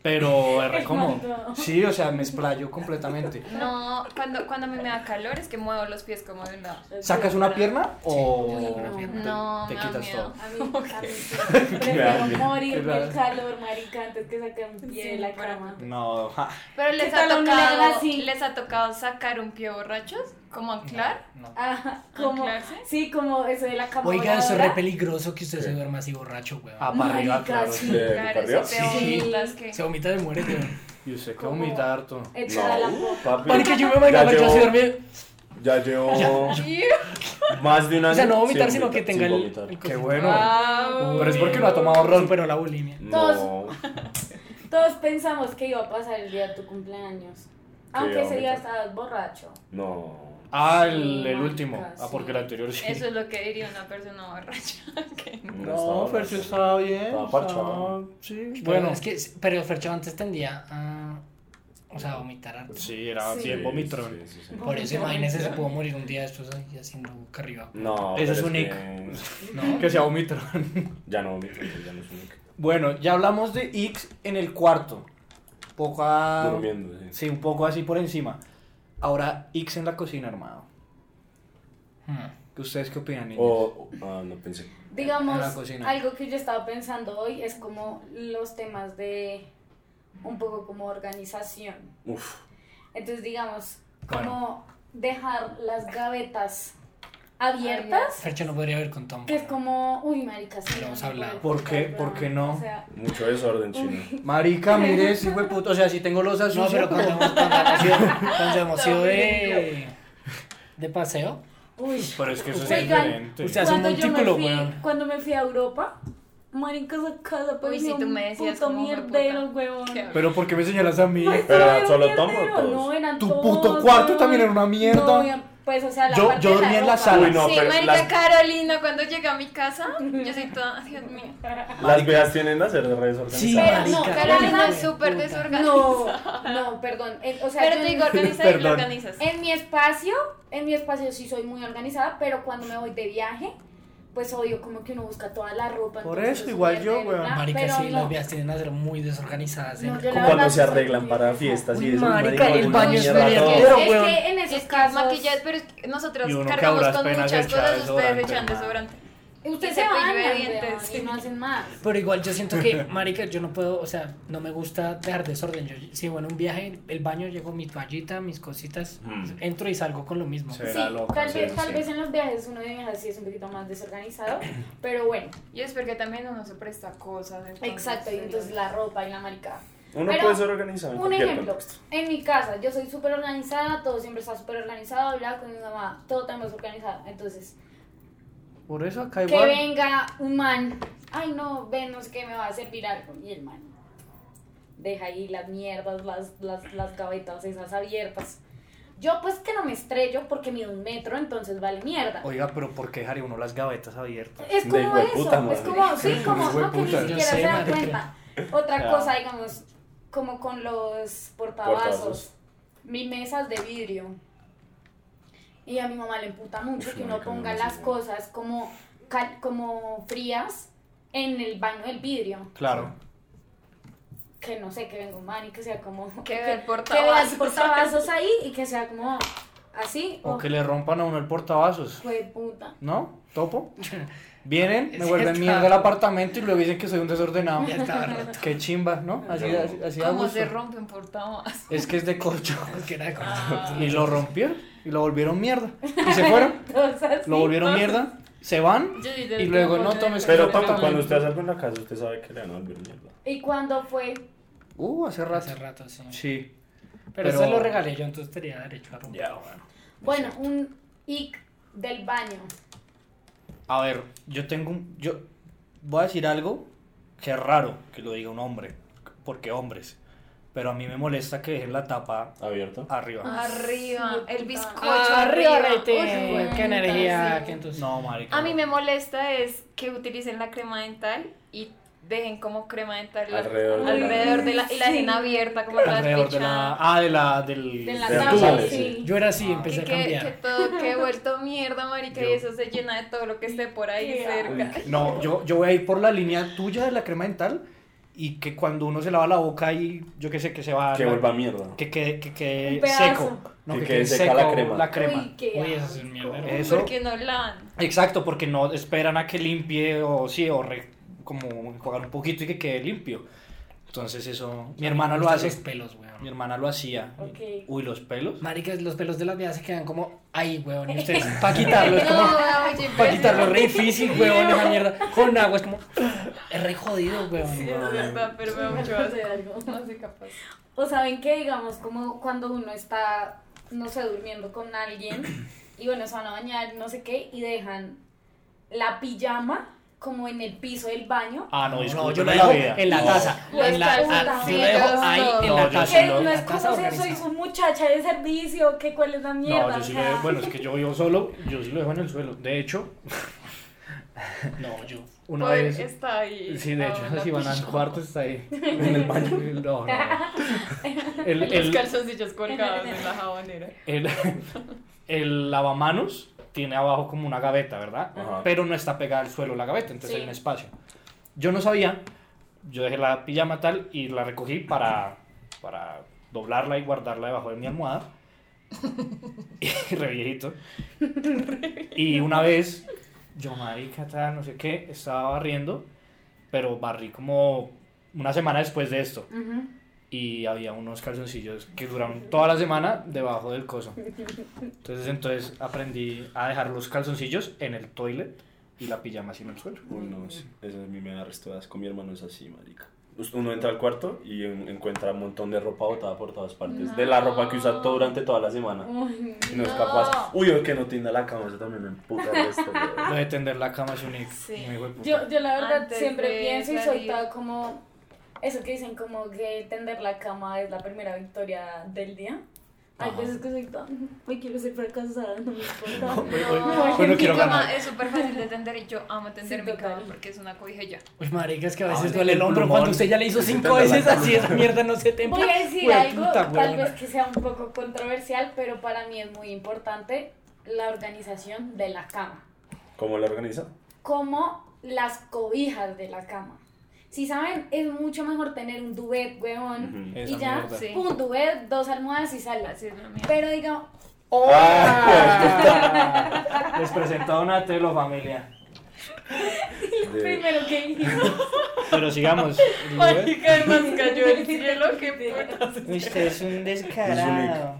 Speaker 2: Pero,
Speaker 6: (laughs)
Speaker 2: es como.
Speaker 4: cuando-
Speaker 2: Sí, o sea, me explayo completamente.
Speaker 6: No, cuando, cuando a mí me da calor es que muevo los pies como de un lado.
Speaker 2: ¿Sacas una pierna
Speaker 3: yo saco
Speaker 2: o
Speaker 3: una
Speaker 2: te,
Speaker 3: pierna.
Speaker 6: No,
Speaker 2: te
Speaker 6: me da
Speaker 2: quitas
Speaker 6: miedo.
Speaker 2: todo?
Speaker 4: a mí, a mí
Speaker 2: (laughs)
Speaker 4: sí. prefiero
Speaker 5: Claro.
Speaker 4: morir
Speaker 2: Claro.
Speaker 4: del calor, marica, antes que sacar un pie de la
Speaker 6: Sí, por-
Speaker 4: cama.
Speaker 2: No, (laughs) ja.
Speaker 6: Pero les
Speaker 4: ¿Qué
Speaker 6: ha
Speaker 4: tal uno le haga
Speaker 6: tocado,
Speaker 4: así?
Speaker 6: les ha tocado sacar un pie borrachos, como anclar.
Speaker 4: Ah,
Speaker 3: No.
Speaker 4: Ajá, como,
Speaker 6: ¿Anclarse?
Speaker 4: sí, como eso de la cama
Speaker 3: Oiga, eso es re
Speaker 4: voladora.
Speaker 3: peligroso que usted se
Speaker 5: Sí.
Speaker 3: duerma así borracho, güey.
Speaker 2: Ah, para arriba,
Speaker 4: Marica,
Speaker 2: claro.
Speaker 4: sí.
Speaker 5: ¿De de para arriba?
Speaker 6: Claro, si te
Speaker 3: Sí.
Speaker 6: vomitas, que
Speaker 3: Se vomita de muere, güey.
Speaker 2: Y usted que
Speaker 4: ¿Cómo?
Speaker 2: vomita harto.
Speaker 4: Echada la
Speaker 5: No,
Speaker 4: boca.
Speaker 5: papi.
Speaker 3: Marica, yo me imagino
Speaker 5: Ya
Speaker 3: yo así
Speaker 5: llevo-
Speaker 3: dormido.
Speaker 5: Ya llevo más de un año.
Speaker 3: O sea, no vomitar,
Speaker 5: sin
Speaker 3: sino que tenga
Speaker 5: sin
Speaker 3: el.
Speaker 5: vomitar.
Speaker 3: el
Speaker 2: Qué
Speaker 3: cosito. Ah.
Speaker 2: bueno.
Speaker 6: Wow.
Speaker 2: Pero es porque no ha tomado ron.
Speaker 3: Superó la bulimia.
Speaker 5: No.
Speaker 4: Todos pensamos que iba a pasar el día de tu cumpleaños. Aunque
Speaker 5: iba a
Speaker 4: ese día
Speaker 5: vomitar.
Speaker 4: estabas borracho.
Speaker 5: No.
Speaker 2: Ah,
Speaker 4: Sí,
Speaker 2: el, el
Speaker 4: marica,
Speaker 2: último. Ah,
Speaker 4: sí.
Speaker 2: porque el anterior sí.
Speaker 6: Eso es lo que diría una persona borracha. que no.
Speaker 2: No,
Speaker 5: pero
Speaker 2: Fercho estaba bien.
Speaker 5: Estaba
Speaker 2: estaba-
Speaker 5: parchado.
Speaker 2: Sí,
Speaker 3: Bueno,
Speaker 2: bueno.
Speaker 3: es que. Pero Fercho antes tendía a. O sea, a vomitar harto.
Speaker 2: Sí, era
Speaker 4: Sí.
Speaker 2: bien vomitrón.
Speaker 5: Sí, sí, sí.
Speaker 3: Por eso, imagínese, se pudo morir un día después ahí haciendo boca arriba.
Speaker 5: No.
Speaker 2: Eso
Speaker 5: pero
Speaker 2: es un
Speaker 5: que
Speaker 3: No.
Speaker 2: Que sea vomitrón.
Speaker 5: Ya no vomito, ya no es un ic.
Speaker 2: (laughs) Bueno, ya hablamos de X en el cuarto. Poco
Speaker 3: Ah.
Speaker 2: a...
Speaker 5: Durmiendo, sí.
Speaker 2: Sí, un poco así por encima. Ahora, X en la cocina, hermano.
Speaker 3: Hmm.
Speaker 2: ¿Ustedes qué opinan, niños?
Speaker 5: O. Ah, no pensé.
Speaker 4: Digamos,
Speaker 2: En la cocina.
Speaker 4: algo que yo estaba pensando hoy es como los temas de un poco como organización.
Speaker 5: Uf.
Speaker 4: Entonces, digamos,
Speaker 2: Bueno.
Speaker 4: como dejar las gavetas abiertas,
Speaker 3: Fercho no podría ver con Tom.
Speaker 4: que es como, uy, marica, sí,
Speaker 3: Pero vamos
Speaker 4: no
Speaker 3: a hablar.
Speaker 4: puedo
Speaker 2: ¿Por qué?
Speaker 4: cortar,
Speaker 2: ¿Por
Speaker 4: pero,
Speaker 2: qué no?
Speaker 4: o sea,
Speaker 5: Mucho desorden chino.
Speaker 2: Marica, mire, ese hijo de puta. O sea, si tengo los
Speaker 3: No,
Speaker 2: asuntos.
Speaker 3: pero cuando hemos, cuando hemos ido, cuando hemos ido de, de paseo,
Speaker 4: uy.
Speaker 2: Pero es que eso es
Speaker 4: Oigan,
Speaker 2: diferente.
Speaker 3: usted- hace un
Speaker 4: Cuando yo me
Speaker 3: montículo,
Speaker 4: fui-
Speaker 3: weón.
Speaker 4: Cuando me fui a Europa, marica, esa casa
Speaker 6: Uy, si
Speaker 4: parecía
Speaker 6: tú
Speaker 4: un
Speaker 6: me decías
Speaker 4: puto
Speaker 6: como, "Jueputa".
Speaker 4: mierdero, huevón.
Speaker 6: Qué horror.
Speaker 2: Pero ¿por qué me señalas a mí?
Speaker 4: Ay,
Speaker 5: Pero
Speaker 4: estaba
Speaker 5: solo
Speaker 4: bien
Speaker 5: tomo
Speaker 4: mierdero,
Speaker 5: todos.
Speaker 4: No, eran
Speaker 2: Tu
Speaker 4: todos,
Speaker 2: puto cuarto
Speaker 4: weón.
Speaker 2: también era una mierda.
Speaker 4: No, weón, Pues, o sea, la
Speaker 2: Yo-
Speaker 4: parte
Speaker 2: yo
Speaker 4: de
Speaker 2: dormí en la
Speaker 4: ropa.
Speaker 2: sala.
Speaker 5: Uy, no,
Speaker 6: sí,
Speaker 5: pero
Speaker 6: marica
Speaker 5: las-
Speaker 6: Carolina, cuando llegué a mi casa, yo soy toda, Dios mío.
Speaker 5: Las veas tienen a ser desorganizadas.
Speaker 2: Sí,
Speaker 4: Pero no,
Speaker 2: Marica,
Speaker 6: Carolina
Speaker 4: Carolina,
Speaker 6: es súper
Speaker 3: puta.
Speaker 6: desorganizada. (laughs)
Speaker 4: no, no, perdón. eh, o sea,
Speaker 6: Pero
Speaker 4: yo
Speaker 6: te
Speaker 4: en-
Speaker 6: digo, organiza y lo
Speaker 2: Perdón.
Speaker 6: organizas.
Speaker 4: En mi espacio, en mi espacio sí soy muy organizada, pero cuando me voy de viaje, pues obvio, como que uno busca toda la ropa.
Speaker 2: Por
Speaker 4: entonces
Speaker 2: eso, igual yo,
Speaker 4: pierde,
Speaker 2: weón.
Speaker 4: ¿verdad?
Speaker 3: Marica,
Speaker 4: Ah, Pero
Speaker 3: sí,
Speaker 4: no.
Speaker 3: las vías tienden a ser muy desorganizadas. ¿eh?
Speaker 4: No, yo la
Speaker 5: Como
Speaker 4: verdad
Speaker 5: cuando
Speaker 4: sí
Speaker 5: se
Speaker 4: soy
Speaker 5: arreglan
Speaker 4: muy
Speaker 5: para
Speaker 4: organizada.
Speaker 5: fiestas
Speaker 3: Uy,
Speaker 5: y eso.
Speaker 3: marica,
Speaker 5: marica,
Speaker 3: el
Speaker 5: yo
Speaker 3: baño
Speaker 5: me
Speaker 3: es
Speaker 5: mierda
Speaker 3: verdadero.
Speaker 5: todo.
Speaker 4: Es
Speaker 2: Pero,
Speaker 4: que
Speaker 2: weón.
Speaker 4: en esos
Speaker 6: Es que
Speaker 4: casos.
Speaker 6: maquillaje, pero es que nosotras
Speaker 2: Y uno que a
Speaker 6: cargamos
Speaker 2: duras
Speaker 6: con
Speaker 2: penas
Speaker 6: muchas
Speaker 2: echa
Speaker 6: cosas, ustedes
Speaker 2: desodorante,
Speaker 6: echan
Speaker 2: hermano.
Speaker 6: desodorante.
Speaker 4: Ustedes
Speaker 6: Y
Speaker 4: se
Speaker 6: cepillo de
Speaker 4: bañan,
Speaker 6: dientes,
Speaker 4: weón, y
Speaker 6: sí.
Speaker 4: no hacen más.
Speaker 3: Pero igual yo siento que, (laughs) marica, yo no puedo, o sea, no me gusta dejar desorden. Yo, si voy en un viaje, el baño, llevo mi toallita, mis cositas,
Speaker 5: Mm.
Speaker 3: entro y salgo con lo mismo.
Speaker 2: Sí.
Speaker 4: Sí,
Speaker 2: Era loca,
Speaker 4: tal,
Speaker 2: sí,
Speaker 4: vez, tal
Speaker 2: sí.
Speaker 4: vez en los viajes uno de viajes sí es un poquito más desorganizado, pero bueno,
Speaker 6: Y es porque también uno se presta a cosas. entonces,
Speaker 4: exacto, y
Speaker 6: sería-
Speaker 4: entonces la ropa y la maricada.
Speaker 5: Uno
Speaker 4: Pero,
Speaker 5: puede ser organizado en
Speaker 4: Un
Speaker 5: cualquier
Speaker 4: ejemplo,
Speaker 5: contexto.
Speaker 4: en mi casa yo soy súper organizada, todo siempre está súper organizado, hablaba con mi mamá, todo tenemos organizado, entonces
Speaker 2: Por eso acá
Speaker 4: que
Speaker 2: igual.
Speaker 4: venga un man, ay no, ven, no sé qué, me va a servir algo, y el man deja ahí las mierdas, las, las, las gavetas esas abiertas. Yo pues que no me estrello porque mido un metro, entonces vale mierda.
Speaker 2: Oiga, pero ¿por qué dejaría uno las gavetas abiertas?
Speaker 4: Es
Speaker 5: De
Speaker 4: como eso,
Speaker 5: hijueputa
Speaker 4: es
Speaker 5: madre.
Speaker 4: como, sí, como
Speaker 2: Hijueputa.
Speaker 4: no, que ni
Speaker 2: Yo
Speaker 4: siquiera
Speaker 3: sé,
Speaker 4: se dan
Speaker 3: marica.
Speaker 4: cuenta. Otra
Speaker 5: Ah.
Speaker 4: cosa, digamos, como con los portavasos,
Speaker 5: Portavasos.
Speaker 4: mi mesa es de vidrio. Y a mi mamá le emputa mucho
Speaker 5: Uf,
Speaker 4: que uno
Speaker 5: marica,
Speaker 4: ponga
Speaker 5: no,
Speaker 4: las
Speaker 5: sí.
Speaker 4: cosas como, cal- como frías en el baño del vidrio.
Speaker 2: Claro.
Speaker 4: Que no sé, que venga un man y que sea como...
Speaker 6: (laughs) Que vea el
Speaker 4: que vea el
Speaker 6: portavasos.
Speaker 4: portavasos ahí y que sea como así. oh,
Speaker 2: O que le rompan a uno el portavasos.
Speaker 4: Fue puta.
Speaker 2: ¿No? ¿Topo? Vienen, me
Speaker 3: Sí,
Speaker 2: vuelven
Speaker 3: está.
Speaker 2: mierda el apartamento y luego dicen que soy un
Speaker 4: (laughs)
Speaker 2: desordenado.
Speaker 3: (laughs) Ya estaba roto.
Speaker 2: Qué chimba, ¿no? Así,
Speaker 5: Claro.
Speaker 2: así, así da
Speaker 6: ¿Cómo
Speaker 2: gusto.
Speaker 6: se rompe un portavasos?
Speaker 2: Es que es de
Speaker 4: (laughs)
Speaker 2: corcho.
Speaker 3: Porque era como-
Speaker 4: Ah.
Speaker 2: Y lo rompieron y lo volvieron
Speaker 4: (laughs)
Speaker 2: mierda. Y se fueron,
Speaker 4: (laughs) Entonces, así.
Speaker 2: lo volvieron mierda, se van
Speaker 6: (laughs) Yo sí
Speaker 2: y
Speaker 6: te-
Speaker 2: luego
Speaker 6: te-
Speaker 2: no tomes
Speaker 5: Pero
Speaker 2: que-
Speaker 5: Paco, cuando usted hace algo en la casa, usted sabe que le van a volver mierda.
Speaker 4: Y cuando fue...
Speaker 2: Uh, hace rato.
Speaker 3: Hace rato, sí.
Speaker 2: Sí. Pero-
Speaker 3: Pero, eso lo regalé yo, entonces tenía derecho a romper.
Speaker 4: Bueno, un ic del baño.
Speaker 2: A ver, yo tengo un. Yo voy a decir algo que es raro que lo diga un hombre, porque hombres. Pero a mí me molesta que dejen la tapa
Speaker 5: ¿Abierto?
Speaker 4: Ah.
Speaker 2: arriba.
Speaker 6: Arriba, el bizcocho
Speaker 3: Arriba,
Speaker 6: arriba.
Speaker 3: rete.
Speaker 6: Uy,
Speaker 4: güey,
Speaker 3: qué
Speaker 4: puta,
Speaker 3: energía,
Speaker 4: sí.
Speaker 3: qué entusiasmo.
Speaker 2: No, marica.
Speaker 6: A mí
Speaker 2: no.
Speaker 6: me molesta es que utilicen la crema dental y dejen como crema dental la-
Speaker 5: Alrededor de la-
Speaker 6: alrededor de la y la dejen abierta como toda
Speaker 2: Alrededor de la.
Speaker 6: despechada.
Speaker 2: Ah, de la. Del,
Speaker 4: De la
Speaker 5: Del
Speaker 4: cama,
Speaker 5: tubo.
Speaker 4: sí. Ah,
Speaker 3: Yo era así,
Speaker 6: Y
Speaker 3: empecé a
Speaker 6: que,
Speaker 3: cambiar.
Speaker 6: que todo quede vuelto mierda, marica,
Speaker 2: Yo-
Speaker 6: y eso se llena de todo lo que esté por ahí
Speaker 4: Qué
Speaker 6: cerca.
Speaker 2: No, yo, yo voy a ir por la línea tuya de la crema dental y que cuando uno se lava la boca y yo qué sé, que se va.
Speaker 5: Ah, Que
Speaker 2: la-
Speaker 5: vuelva mierda.
Speaker 2: Que quede, que quede
Speaker 4: Un pedazo.
Speaker 2: seco. No,
Speaker 5: Que
Speaker 2: que,
Speaker 5: quede
Speaker 2: quede
Speaker 5: seca
Speaker 2: seco
Speaker 5: la crema.
Speaker 4: Uy, qué
Speaker 3: Uy, eso es
Speaker 4: asco.
Speaker 3: un mierdero.
Speaker 2: Eso.
Speaker 6: Porque no lavan.
Speaker 2: Exacto, porque no esperan a que limpie o sí, o re- como jugar un poquito y que quede limpio. Entonces eso, mi hermana lo
Speaker 3: Los
Speaker 2: hace.
Speaker 3: pelos,
Speaker 2: Mi
Speaker 3: weón.
Speaker 2: hermana lo hacía.
Speaker 4: Ok.
Speaker 2: Uy, los
Speaker 4: (laughs)
Speaker 2: pelos.
Speaker 3: Maricas, los pelos de las vías se quedan como ahí, weón. Y ustedes, para quitarlo, es como.
Speaker 6: No,
Speaker 3: Para quitarlo, es re difícil, weón, esa mierda. Con agua, es como. Es re jodido, weón.
Speaker 6: Sí, es verdad, pero me
Speaker 4: (laughs)
Speaker 6: da
Speaker 4: Me
Speaker 6: mucho
Speaker 4: acordé de
Speaker 6: asco.
Speaker 4: algo.
Speaker 6: No soy capaz.
Speaker 4: O saben que, digamos, como cuando uno está, no sé, durmiendo con alguien y bueno, se van a bañar, no sé qué, y dejan la pijama como en el piso del baño.
Speaker 2: Ah, no,
Speaker 3: No,
Speaker 2: disculpe,
Speaker 3: yo lo
Speaker 2: la
Speaker 3: dejo
Speaker 2: vida.
Speaker 3: en la
Speaker 2: No.
Speaker 3: taza.
Speaker 6: Los
Speaker 3: En la,
Speaker 4: calzones,
Speaker 3: ah, yo lo dejo
Speaker 6: los
Speaker 3: ahí, en la
Speaker 2: todo.
Speaker 3: taza.
Speaker 4: que
Speaker 2: no,
Speaker 4: no es
Speaker 3: Ah, La
Speaker 4: como
Speaker 3: taza
Speaker 4: ser, soy
Speaker 3: organizada.
Speaker 4: su muchacha de servicio, que cuál es la mierda.
Speaker 2: No, yo
Speaker 4: o
Speaker 2: sí lo
Speaker 4: sea.
Speaker 2: dejo- bueno, es que yo vivo solo, yo sí lo dejo en el suelo. De hecho,
Speaker 3: (laughs) No, yo.
Speaker 2: una
Speaker 6: Poder
Speaker 4: Pues,
Speaker 2: vez...
Speaker 6: está ahí.
Speaker 2: Sí, de hecho,
Speaker 6: ahora.
Speaker 2: si van al cuarto está
Speaker 4: (laughs)
Speaker 2: ahí. En el baño. No, no. El,
Speaker 6: Los
Speaker 2: el,
Speaker 6: calzoncillos colgados en la jabonera.
Speaker 2: el, (laughs) el lavamanos tiene abajo como una gaveta, ¿verdad?
Speaker 5: Ajá.
Speaker 2: Pero no está pegada al suelo la gaveta, entonces
Speaker 4: Sí.
Speaker 2: hay un espacio. Yo no sabía, yo dejé la pijama tal y la recogí para, para doblarla y guardarla debajo de mi almohada. (laughs) y re viejito. y una vez, yo marica tal, no sé qué, estaba barriendo, pero barrí como una semana después de esto
Speaker 4: Ujú.
Speaker 2: y había unos calzoncillos que duraron toda la semana debajo del coso. Entonces, entonces aprendí a dejar los calzoncillos en el toilet y la pijama así en el suelo.
Speaker 5: Uy, no, sí. eso a mí me da resto de asco. Mi hermano es así, marica. Us- Uno entra al cuarto y en- encuentra un montón de ropa botada por todas partes. De la ropa que usa todo durante toda la semana.
Speaker 4: Uy,
Speaker 5: Y no es
Speaker 6: no.
Speaker 5: capaz. Uy, el que no tienda la cama, eso también me emputa resto.
Speaker 2: Lo
Speaker 5: güey.
Speaker 2: de tender la cama es un hic-
Speaker 6: Sí.
Speaker 2: un hijo de puta.
Speaker 4: Yo, yo la verdad
Speaker 6: Antes
Speaker 4: siempre
Speaker 6: de
Speaker 4: pienso y soy
Speaker 6: salir.
Speaker 4: toda como eso que dicen como que tender la cama es la primera victoria del día. Hay
Speaker 2: Ajá.
Speaker 4: veces que soy tan. Me quiero ser fracasada, no me importa.
Speaker 2: No, güey, güey.
Speaker 6: No,
Speaker 2: Pero
Speaker 6: mi
Speaker 2: quiero
Speaker 6: cama
Speaker 2: ganar.
Speaker 6: es súper fácil de tender y yo amo tender
Speaker 4: Sí,
Speaker 6: mi
Speaker 4: total.
Speaker 6: cama porque es una cobija y ya.
Speaker 3: Uy, marica, es que a veces
Speaker 2: Ah,
Speaker 3: duele el
Speaker 2: el
Speaker 3: hombro
Speaker 2: plumón.
Speaker 3: cuando usted ya le hizo cinco
Speaker 5: tembla la
Speaker 3: veces así, esa mierda no se templa.
Speaker 4: Voy a decir
Speaker 3: Güey,
Speaker 4: algo,
Speaker 3: puta,
Speaker 4: tal
Speaker 3: huevona.
Speaker 4: vez que sea un poco controversial, pero para mí es muy importante la organización de la cama.
Speaker 5: ¿Cómo la
Speaker 4: (laughs)
Speaker 5: organiza?
Speaker 4: como las cobijas de la cama. Si saben, es mucho mejor tener un duvet, weón.
Speaker 5: Ujú.
Speaker 2: Esa
Speaker 4: y ya,
Speaker 2: mierda.
Speaker 6: Sí.
Speaker 4: un duvet, dos almohadas y salas.
Speaker 6: Así es la mía.
Speaker 4: Pero digamos,
Speaker 2: Ah, Les presento a Donatello, familia.
Speaker 5: De-
Speaker 4: primero que
Speaker 2: (laughs)
Speaker 4: dijimos,
Speaker 2: Pero
Speaker 4: (laughs)
Speaker 2: sigamos.
Speaker 6: (laughs) Marica, además cayó el cielo, qué putas.
Speaker 2: Usted es un
Speaker 5: descarado.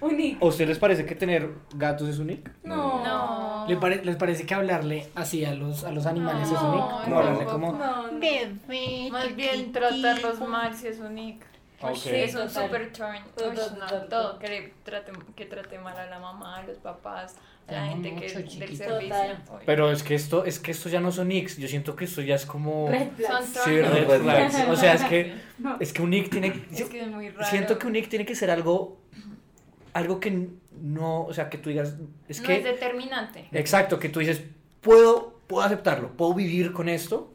Speaker 4: un hic.
Speaker 2: ¿A usted les parece que tener gatos es un ic?
Speaker 4: No.
Speaker 6: No.
Speaker 3: ¿Le pare- ¿Les parece que hablarle así a los, a los animales
Speaker 6: No,
Speaker 3: es un ic?
Speaker 2: Como hablarle
Speaker 6: tampoco.
Speaker 2: como-
Speaker 4: No, no.
Speaker 6: Más bien tratarlos mal si es un ic.
Speaker 2: Ok.
Speaker 6: Sí, es un
Speaker 4: total.
Speaker 6: super turn.
Speaker 4: Todo,
Speaker 6: Uy,
Speaker 4: todo,
Speaker 6: no,
Speaker 4: todo.
Speaker 6: todo. Que, le trate, que trate mal a la mamá, a los papás, a la
Speaker 3: Te amo
Speaker 6: gente que
Speaker 3: mucho,
Speaker 6: del
Speaker 3: chiquito.
Speaker 6: servicio.
Speaker 4: Total.
Speaker 6: Uy.
Speaker 2: Pero es que esto, es que esto ya no son icks. Yo siento que esto ya es como.
Speaker 4: Red
Speaker 6: Son
Speaker 4: flags.
Speaker 2: Sí,
Speaker 6: turn.
Speaker 2: red
Speaker 5: Red
Speaker 2: flags.
Speaker 6: flags.
Speaker 2: O sea, es
Speaker 6: (laughs)
Speaker 2: que, es que un ick tiene.
Speaker 6: Es que es muy raro.
Speaker 2: Siento que un ick tiene que ser algo. Algo que no. O sea, que tú digas. Es
Speaker 6: no
Speaker 2: que.
Speaker 6: es determinante.
Speaker 2: Exacto, que tú dices, puedo, puedo aceptarlo, puedo vivir con esto,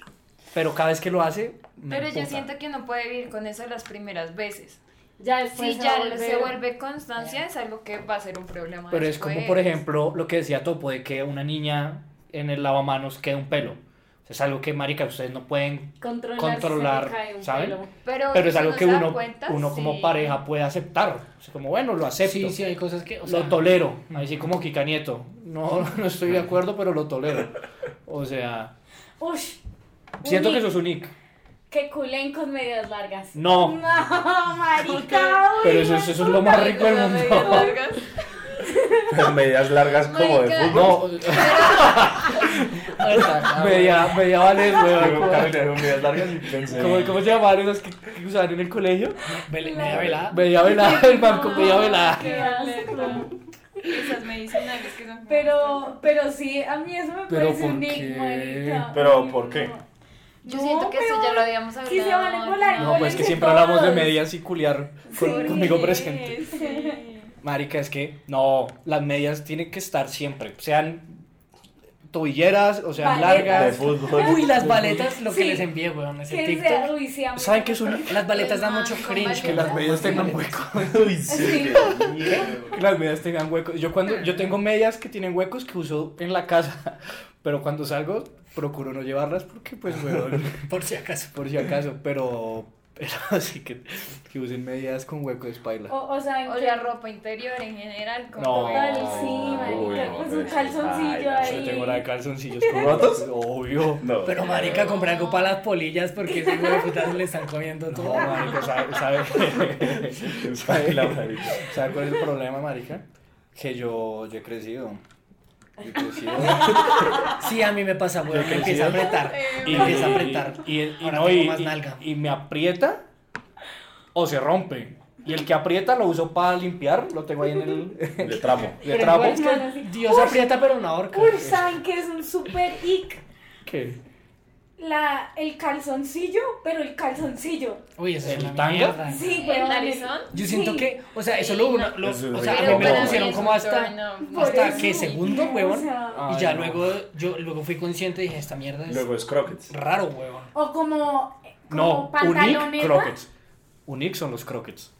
Speaker 2: pero cada vez que lo hace, me
Speaker 6: Pero yo
Speaker 2: emputa.
Speaker 6: siento que no puede vivir con eso las primeras veces. Pues
Speaker 4: Ya después
Speaker 6: Si
Speaker 4: se
Speaker 6: ya
Speaker 4: va a
Speaker 6: se
Speaker 4: volver-
Speaker 6: vuelve constancia, es algo que va a ser un problema.
Speaker 2: Pero es como, por
Speaker 6: después.
Speaker 2: ejemplo, lo que decía Topo de que una niña en el lavamanos queda un pelo. O sea, Es algo que, marica, ustedes no pueden...
Speaker 4: controlar,
Speaker 2: controlar,
Speaker 4: se me cae un
Speaker 2: ¿saben?
Speaker 4: pelo.
Speaker 6: Pero,
Speaker 2: Pero es
Speaker 6: si
Speaker 2: algo
Speaker 6: no
Speaker 2: que
Speaker 6: se da
Speaker 2: uno,
Speaker 6: cuenta,
Speaker 2: uno como
Speaker 6: sí.
Speaker 2: pareja puede aceptar. O sea, como, bueno, lo acepto.
Speaker 3: Sí, sí, hay cosas que. O sea,
Speaker 2: lo tolero. Ahí sí como Kika Nieto. (laughs) No, no estoy de acuerdo, pero lo tolero. O sea,
Speaker 4: Ush,
Speaker 2: siento
Speaker 4: un
Speaker 2: que eso
Speaker 4: hic.
Speaker 2: es un ick.
Speaker 4: que culen con medias largas.
Speaker 2: No,
Speaker 4: No, marica. uy,
Speaker 2: pero eso, eso es lo más rico del
Speaker 6: Las medias
Speaker 2: mundo.
Speaker 6: largas.
Speaker 5: Pero medias largas como de
Speaker 6: Marica.
Speaker 5: fútbol.
Speaker 2: (laughs) No, (laughs) (laughs) media, media vale,
Speaker 5: Yo
Speaker 2: weón.
Speaker 5: también tengo medias largas y pensé.
Speaker 2: ¿Cómo, cómo se llamaban esas que, que usaban en el colegio?
Speaker 3: Vele- media velada.
Speaker 2: Media (laughs) velada, el man con media velada.
Speaker 6: Qué
Speaker 4: Qué
Speaker 6: asco.
Speaker 4: asco.
Speaker 6: Esas medicinales que son como-
Speaker 4: Pero, pero sí, a mí eso me
Speaker 2: Pero
Speaker 4: parece
Speaker 2: ¿por
Speaker 4: un
Speaker 2: qué?
Speaker 4: dick, marica.
Speaker 5: Pero, ¿por qué?
Speaker 6: Yo
Speaker 4: No,
Speaker 6: siento que eso
Speaker 4: pero
Speaker 6: ya lo habíamos hablado.
Speaker 4: sí se vale volar,
Speaker 2: No, pues que siempre hablamos de medias y culiar con-
Speaker 4: Sí.
Speaker 2: conmigo presente.
Speaker 6: Sí.
Speaker 2: Marica, es que no, las medias tienen que estar siempre, sean tobilleras o sean
Speaker 4: Valetas.
Speaker 5: De
Speaker 2: largas.
Speaker 5: fútbol.
Speaker 3: Uy, las baletas, lo que
Speaker 4: Sí.
Speaker 3: les envié, weón, ese
Speaker 4: Que
Speaker 3: TikTok.
Speaker 4: sea, uy, sí, a mí
Speaker 2: ¿Saben
Speaker 4: me-
Speaker 2: qué es un
Speaker 3: Las baletas dan
Speaker 6: Man,
Speaker 3: mucho
Speaker 6: con
Speaker 3: cringe.
Speaker 6: baletas.
Speaker 2: Que las (laughs) medias tengan hueco.
Speaker 5: Uy, sí,
Speaker 4: Sí.
Speaker 5: Dios mío.
Speaker 2: Que las medias tengan huecos. Yo cuando yo tengo medias que tienen huecos que uso en la casa, (laughs) pero cuando salgo procuro no llevarlas porque pues (laughs) weón,
Speaker 3: Por si acaso.
Speaker 2: por si acaso, pero pero (laughs) sí que, que usen medias con huecos paila.
Speaker 4: O, o sea,
Speaker 6: O la ropa interior en general. Como
Speaker 2: No.
Speaker 4: total, sí,
Speaker 2: Uy,
Speaker 4: marica,
Speaker 5: no,
Speaker 4: con
Speaker 5: pero
Speaker 4: su
Speaker 5: sí.
Speaker 4: calzoncillo
Speaker 5: Ay,
Speaker 2: Yo
Speaker 4: ahí.
Speaker 2: tengo la de calzoncillos
Speaker 5: ¿Rotos?
Speaker 2: Obvio.
Speaker 5: No.
Speaker 3: Pero marica, compré algo para las polillas porque ese huevo de putas le están comiendo
Speaker 2: (laughs) No,
Speaker 3: todo.
Speaker 2: marica, sabe, (laughs) sabe,
Speaker 5: Ay, la marica.
Speaker 2: ¿sabe cuál es el problema, marica? Que yo, yo he crecido. Yo he
Speaker 3: (laughs)
Speaker 2: crecido.
Speaker 3: Sí, a mí me pasa, weón, me
Speaker 2: Yo
Speaker 3: empieza a apretar.
Speaker 6: Eh,
Speaker 3: Me empieza a apretar.
Speaker 2: Y, y- y
Speaker 3: Ahora
Speaker 2: no,
Speaker 3: tengo
Speaker 2: y-
Speaker 3: más
Speaker 2: y-
Speaker 3: nalga.
Speaker 2: y me aprieta o se rompe. Y el que aprieta lo uso para limpiar, lo tengo ahí en el
Speaker 5: De tramo.
Speaker 2: de
Speaker 3: (laughs) Pero
Speaker 2: trapo.
Speaker 3: igual es que
Speaker 4: Bueno, sí.
Speaker 3: Dios aprieta, pero no ahorca.
Speaker 4: Uy, ¿saben qué es un super ick?
Speaker 2: ¿Qué?
Speaker 4: La, el calzoncillo, pero el calzoncillo.
Speaker 3: Uy, eso es
Speaker 2: ¿El
Speaker 3: una
Speaker 2: tanga?
Speaker 3: mierda.
Speaker 4: Sí,
Speaker 6: ¿El
Speaker 4: güey.
Speaker 6: narizón?
Speaker 3: Yo siento
Speaker 4: Sí.
Speaker 3: que, o sea, eso
Speaker 6: Sí,
Speaker 3: lo
Speaker 6: no.
Speaker 3: uno, lo-
Speaker 5: Eso es
Speaker 3: o sea,
Speaker 2: horrible.
Speaker 3: a mí
Speaker 2: Pero
Speaker 3: me
Speaker 2: para
Speaker 3: pusieron
Speaker 2: mí
Speaker 3: como
Speaker 6: es un turn
Speaker 3: hasta,
Speaker 6: off.
Speaker 4: Por
Speaker 3: hasta
Speaker 4: eso,
Speaker 3: que segundo,
Speaker 4: o
Speaker 3: weón.
Speaker 4: sea.
Speaker 3: Y ya
Speaker 2: Ay, no.
Speaker 3: luego, yo luego fui consciente y dije, esta mierda es
Speaker 5: Luego es croquets.
Speaker 3: raro, weón.
Speaker 4: O como,
Speaker 2: No,
Speaker 4: como
Speaker 2: Unique
Speaker 4: pantaloneta.
Speaker 2: Crockets. Unique son los Crockets.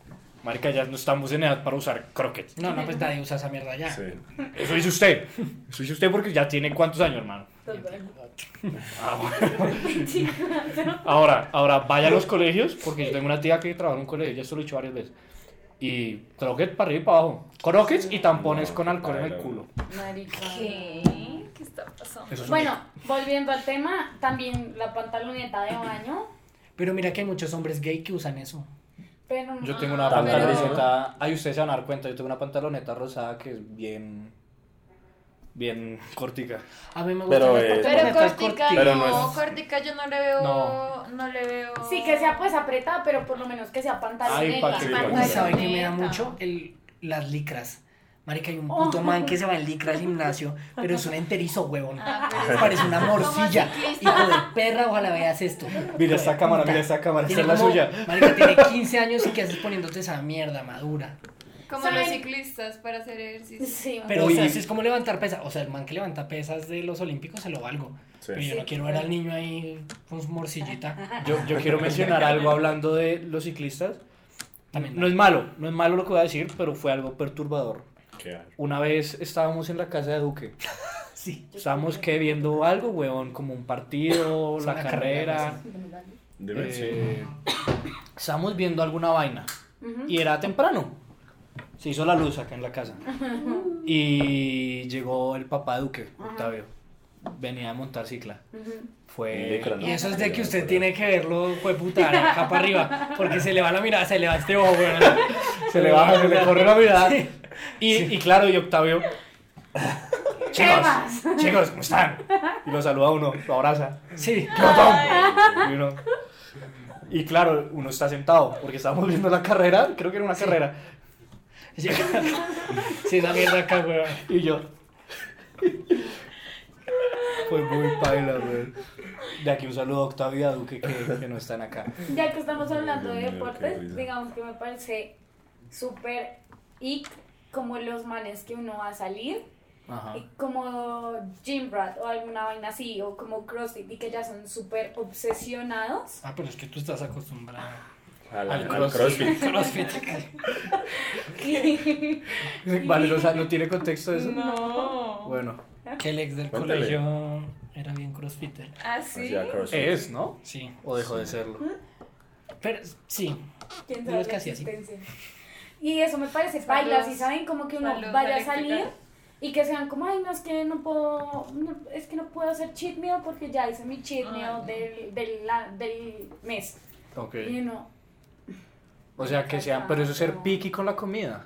Speaker 2: Marica, ya no estamos en edad para usar Crockets.
Speaker 3: No, no, pues nadie usa esa mierda ya.
Speaker 5: Sí.
Speaker 2: Eso dice usted. Eso dice usted porque ya tiene cuántos años, hermano.
Speaker 4: Total.
Speaker 2: Ah, bueno. Ahora, ahora vaya a los colegios, porque yo tengo una tía que trabaja en un colegio, ya se lo he dicho varias veces. Y croquet para arriba y para abajo. Croquets y tampones con alcohol en el culo.
Speaker 4: Marica.
Speaker 6: ¿Qué? ¿Qué está pasando?
Speaker 2: Eso es un-
Speaker 4: Bueno, volviendo al tema, también la pantaloneta de baño,
Speaker 3: Pero mira que hay muchos hombres gay que usan eso.
Speaker 4: pero no.
Speaker 2: Yo tengo una
Speaker 5: También.
Speaker 2: pantaloneta. Ay, ustedes se van a dar cuenta, yo tengo una pantaloneta rosada que es bien. bien cortica.
Speaker 3: A mí me gustan
Speaker 5: Pero,
Speaker 3: las
Speaker 5: eh,
Speaker 6: Pero
Speaker 3: pantalonetas
Speaker 6: cortica,
Speaker 3: corti-
Speaker 5: Pero
Speaker 6: no,
Speaker 5: no es-
Speaker 6: cortica yo no le veo,
Speaker 2: No.
Speaker 6: no, le veo.
Speaker 4: Sí, que sea pues apretada, pero por lo menos que sea
Speaker 2: Ay, pa'
Speaker 4: pantaloneta.
Speaker 2: que-
Speaker 3: Uy, ¿sabe que me da
Speaker 6: Pantaloneta.
Speaker 3: mucho? El, las licras. Marica, hay un
Speaker 6: Oh.
Speaker 3: puto man que se va en licra al gimnasio, pero es un enterizo, huevón.
Speaker 6: Ah, pero-
Speaker 3: Parece una morcilla.
Speaker 6: Como ciclista.
Speaker 3: Hijo de perra, ojalá veas esto.
Speaker 2: Mira esta cámara, mira esta cámara, esta es la suya.
Speaker 3: Marica, tiene 15 años y qué haces poniéndote esa mierda madura.
Speaker 6: Como los
Speaker 4: ¿Saben?
Speaker 6: ciclistas para hacer ejercicio.
Speaker 4: Sí,
Speaker 3: Pero,
Speaker 2: Uy.
Speaker 3: o sea, si es como levantar pesas. O sea, el man que levanta pesas de los olímpicos se lo valgo.
Speaker 5: Sí.
Speaker 3: Pero yo no quiero ver al niño ahí con su morcillita.
Speaker 2: Yo, yo quiero mencionar algo hablando de los ciclistas.
Speaker 3: También.
Speaker 2: No es malo, no es malo lo que voy a decir, pero fue algo perturbador.
Speaker 5: Qué
Speaker 2: Una vez estábamos en la casa de Duque.
Speaker 3: Sí.
Speaker 2: Estábamos que viendo algo, weón, como un partido,
Speaker 3: Es
Speaker 2: la
Speaker 3: una
Speaker 2: carrera.
Speaker 3: carrera,
Speaker 5: De ver, sí.
Speaker 2: eh, estábamos viendo alguna vaina. Y era temprano. Se hizo la luz acá en la casa. Y llegó el papá de Duque, Octavio. Venía a montar cicla. Fue.
Speaker 5: Licra, ¿no?
Speaker 3: Y eso es de que usted tiene que verlo, jueputa, acá para arriba. Porque se le va la mirada, se le va este ojo, weón.
Speaker 2: Se le baja, se le corre
Speaker 3: (laughs)
Speaker 2: la mirada.
Speaker 3: Sí.
Speaker 2: Y, y claro, y Octavio.
Speaker 4: ¿Qué
Speaker 2: Chicos,
Speaker 4: más?
Speaker 2: chicos, ¿cómo están? Y lo saluda uno, lo abraza.
Speaker 3: Sí.
Speaker 2: "¿Qué pasó?". Y uno- Y claro, uno está sentado, porque estábamos viendo la carrera, creo que era una carrera.
Speaker 3: Sí, esa mierda acá, weón.
Speaker 2: Y yo. Fue muy paila, güey. De aquí un saludo a Octavio y a Duque que, que no están acá.
Speaker 4: Ya que estamos hablando de
Speaker 5: Dios mío, qué
Speaker 4: deportes,
Speaker 5: risa.
Speaker 4: digamos que me parece súper ic como los manes que uno va a salir,
Speaker 2: Ajá.
Speaker 5: Ah.
Speaker 4: y como gym rat o alguna vaina así, o como CrossFit y que ya son súper obsesionados.
Speaker 3: Ah, pero es que tú estás acostumbrado.
Speaker 5: Al,
Speaker 2: Al
Speaker 5: al
Speaker 2: crossfit.
Speaker 5: crossfit.
Speaker 3: Crossfit.
Speaker 4: (laughs)
Speaker 2: Vale, o sea, ¿no tiene contexto eso?
Speaker 6: No.
Speaker 2: Bueno,
Speaker 3: Que el ex del
Speaker 5: Cuéntale.
Speaker 3: colegio era bien crossfitter.
Speaker 6: ¿Así?
Speaker 5: Hacía crossfit.
Speaker 2: es, ¿no?
Speaker 3: Sí.
Speaker 2: ¿O dejó de serlo?
Speaker 3: Pero sí.
Speaker 4: ¿Quién
Speaker 3: Pero
Speaker 4: sabe
Speaker 3: es
Speaker 4: la
Speaker 3: casi así.
Speaker 4: existencia? Y eso me parece bailas y saben como que uno
Speaker 6: Saludos,
Speaker 4: vaya a
Speaker 6: eléctrica.
Speaker 4: salir y que sean como, ay, no, es que no puedo, no, es que no puedo hacer cheat meal porque ya hice mi cheat
Speaker 6: Ay,
Speaker 4: meal
Speaker 6: no.
Speaker 4: del, del, la- del mes.
Speaker 2: Ok.
Speaker 4: Y uno,
Speaker 2: O sea, que sean, pero eso es ser piqui con la comida.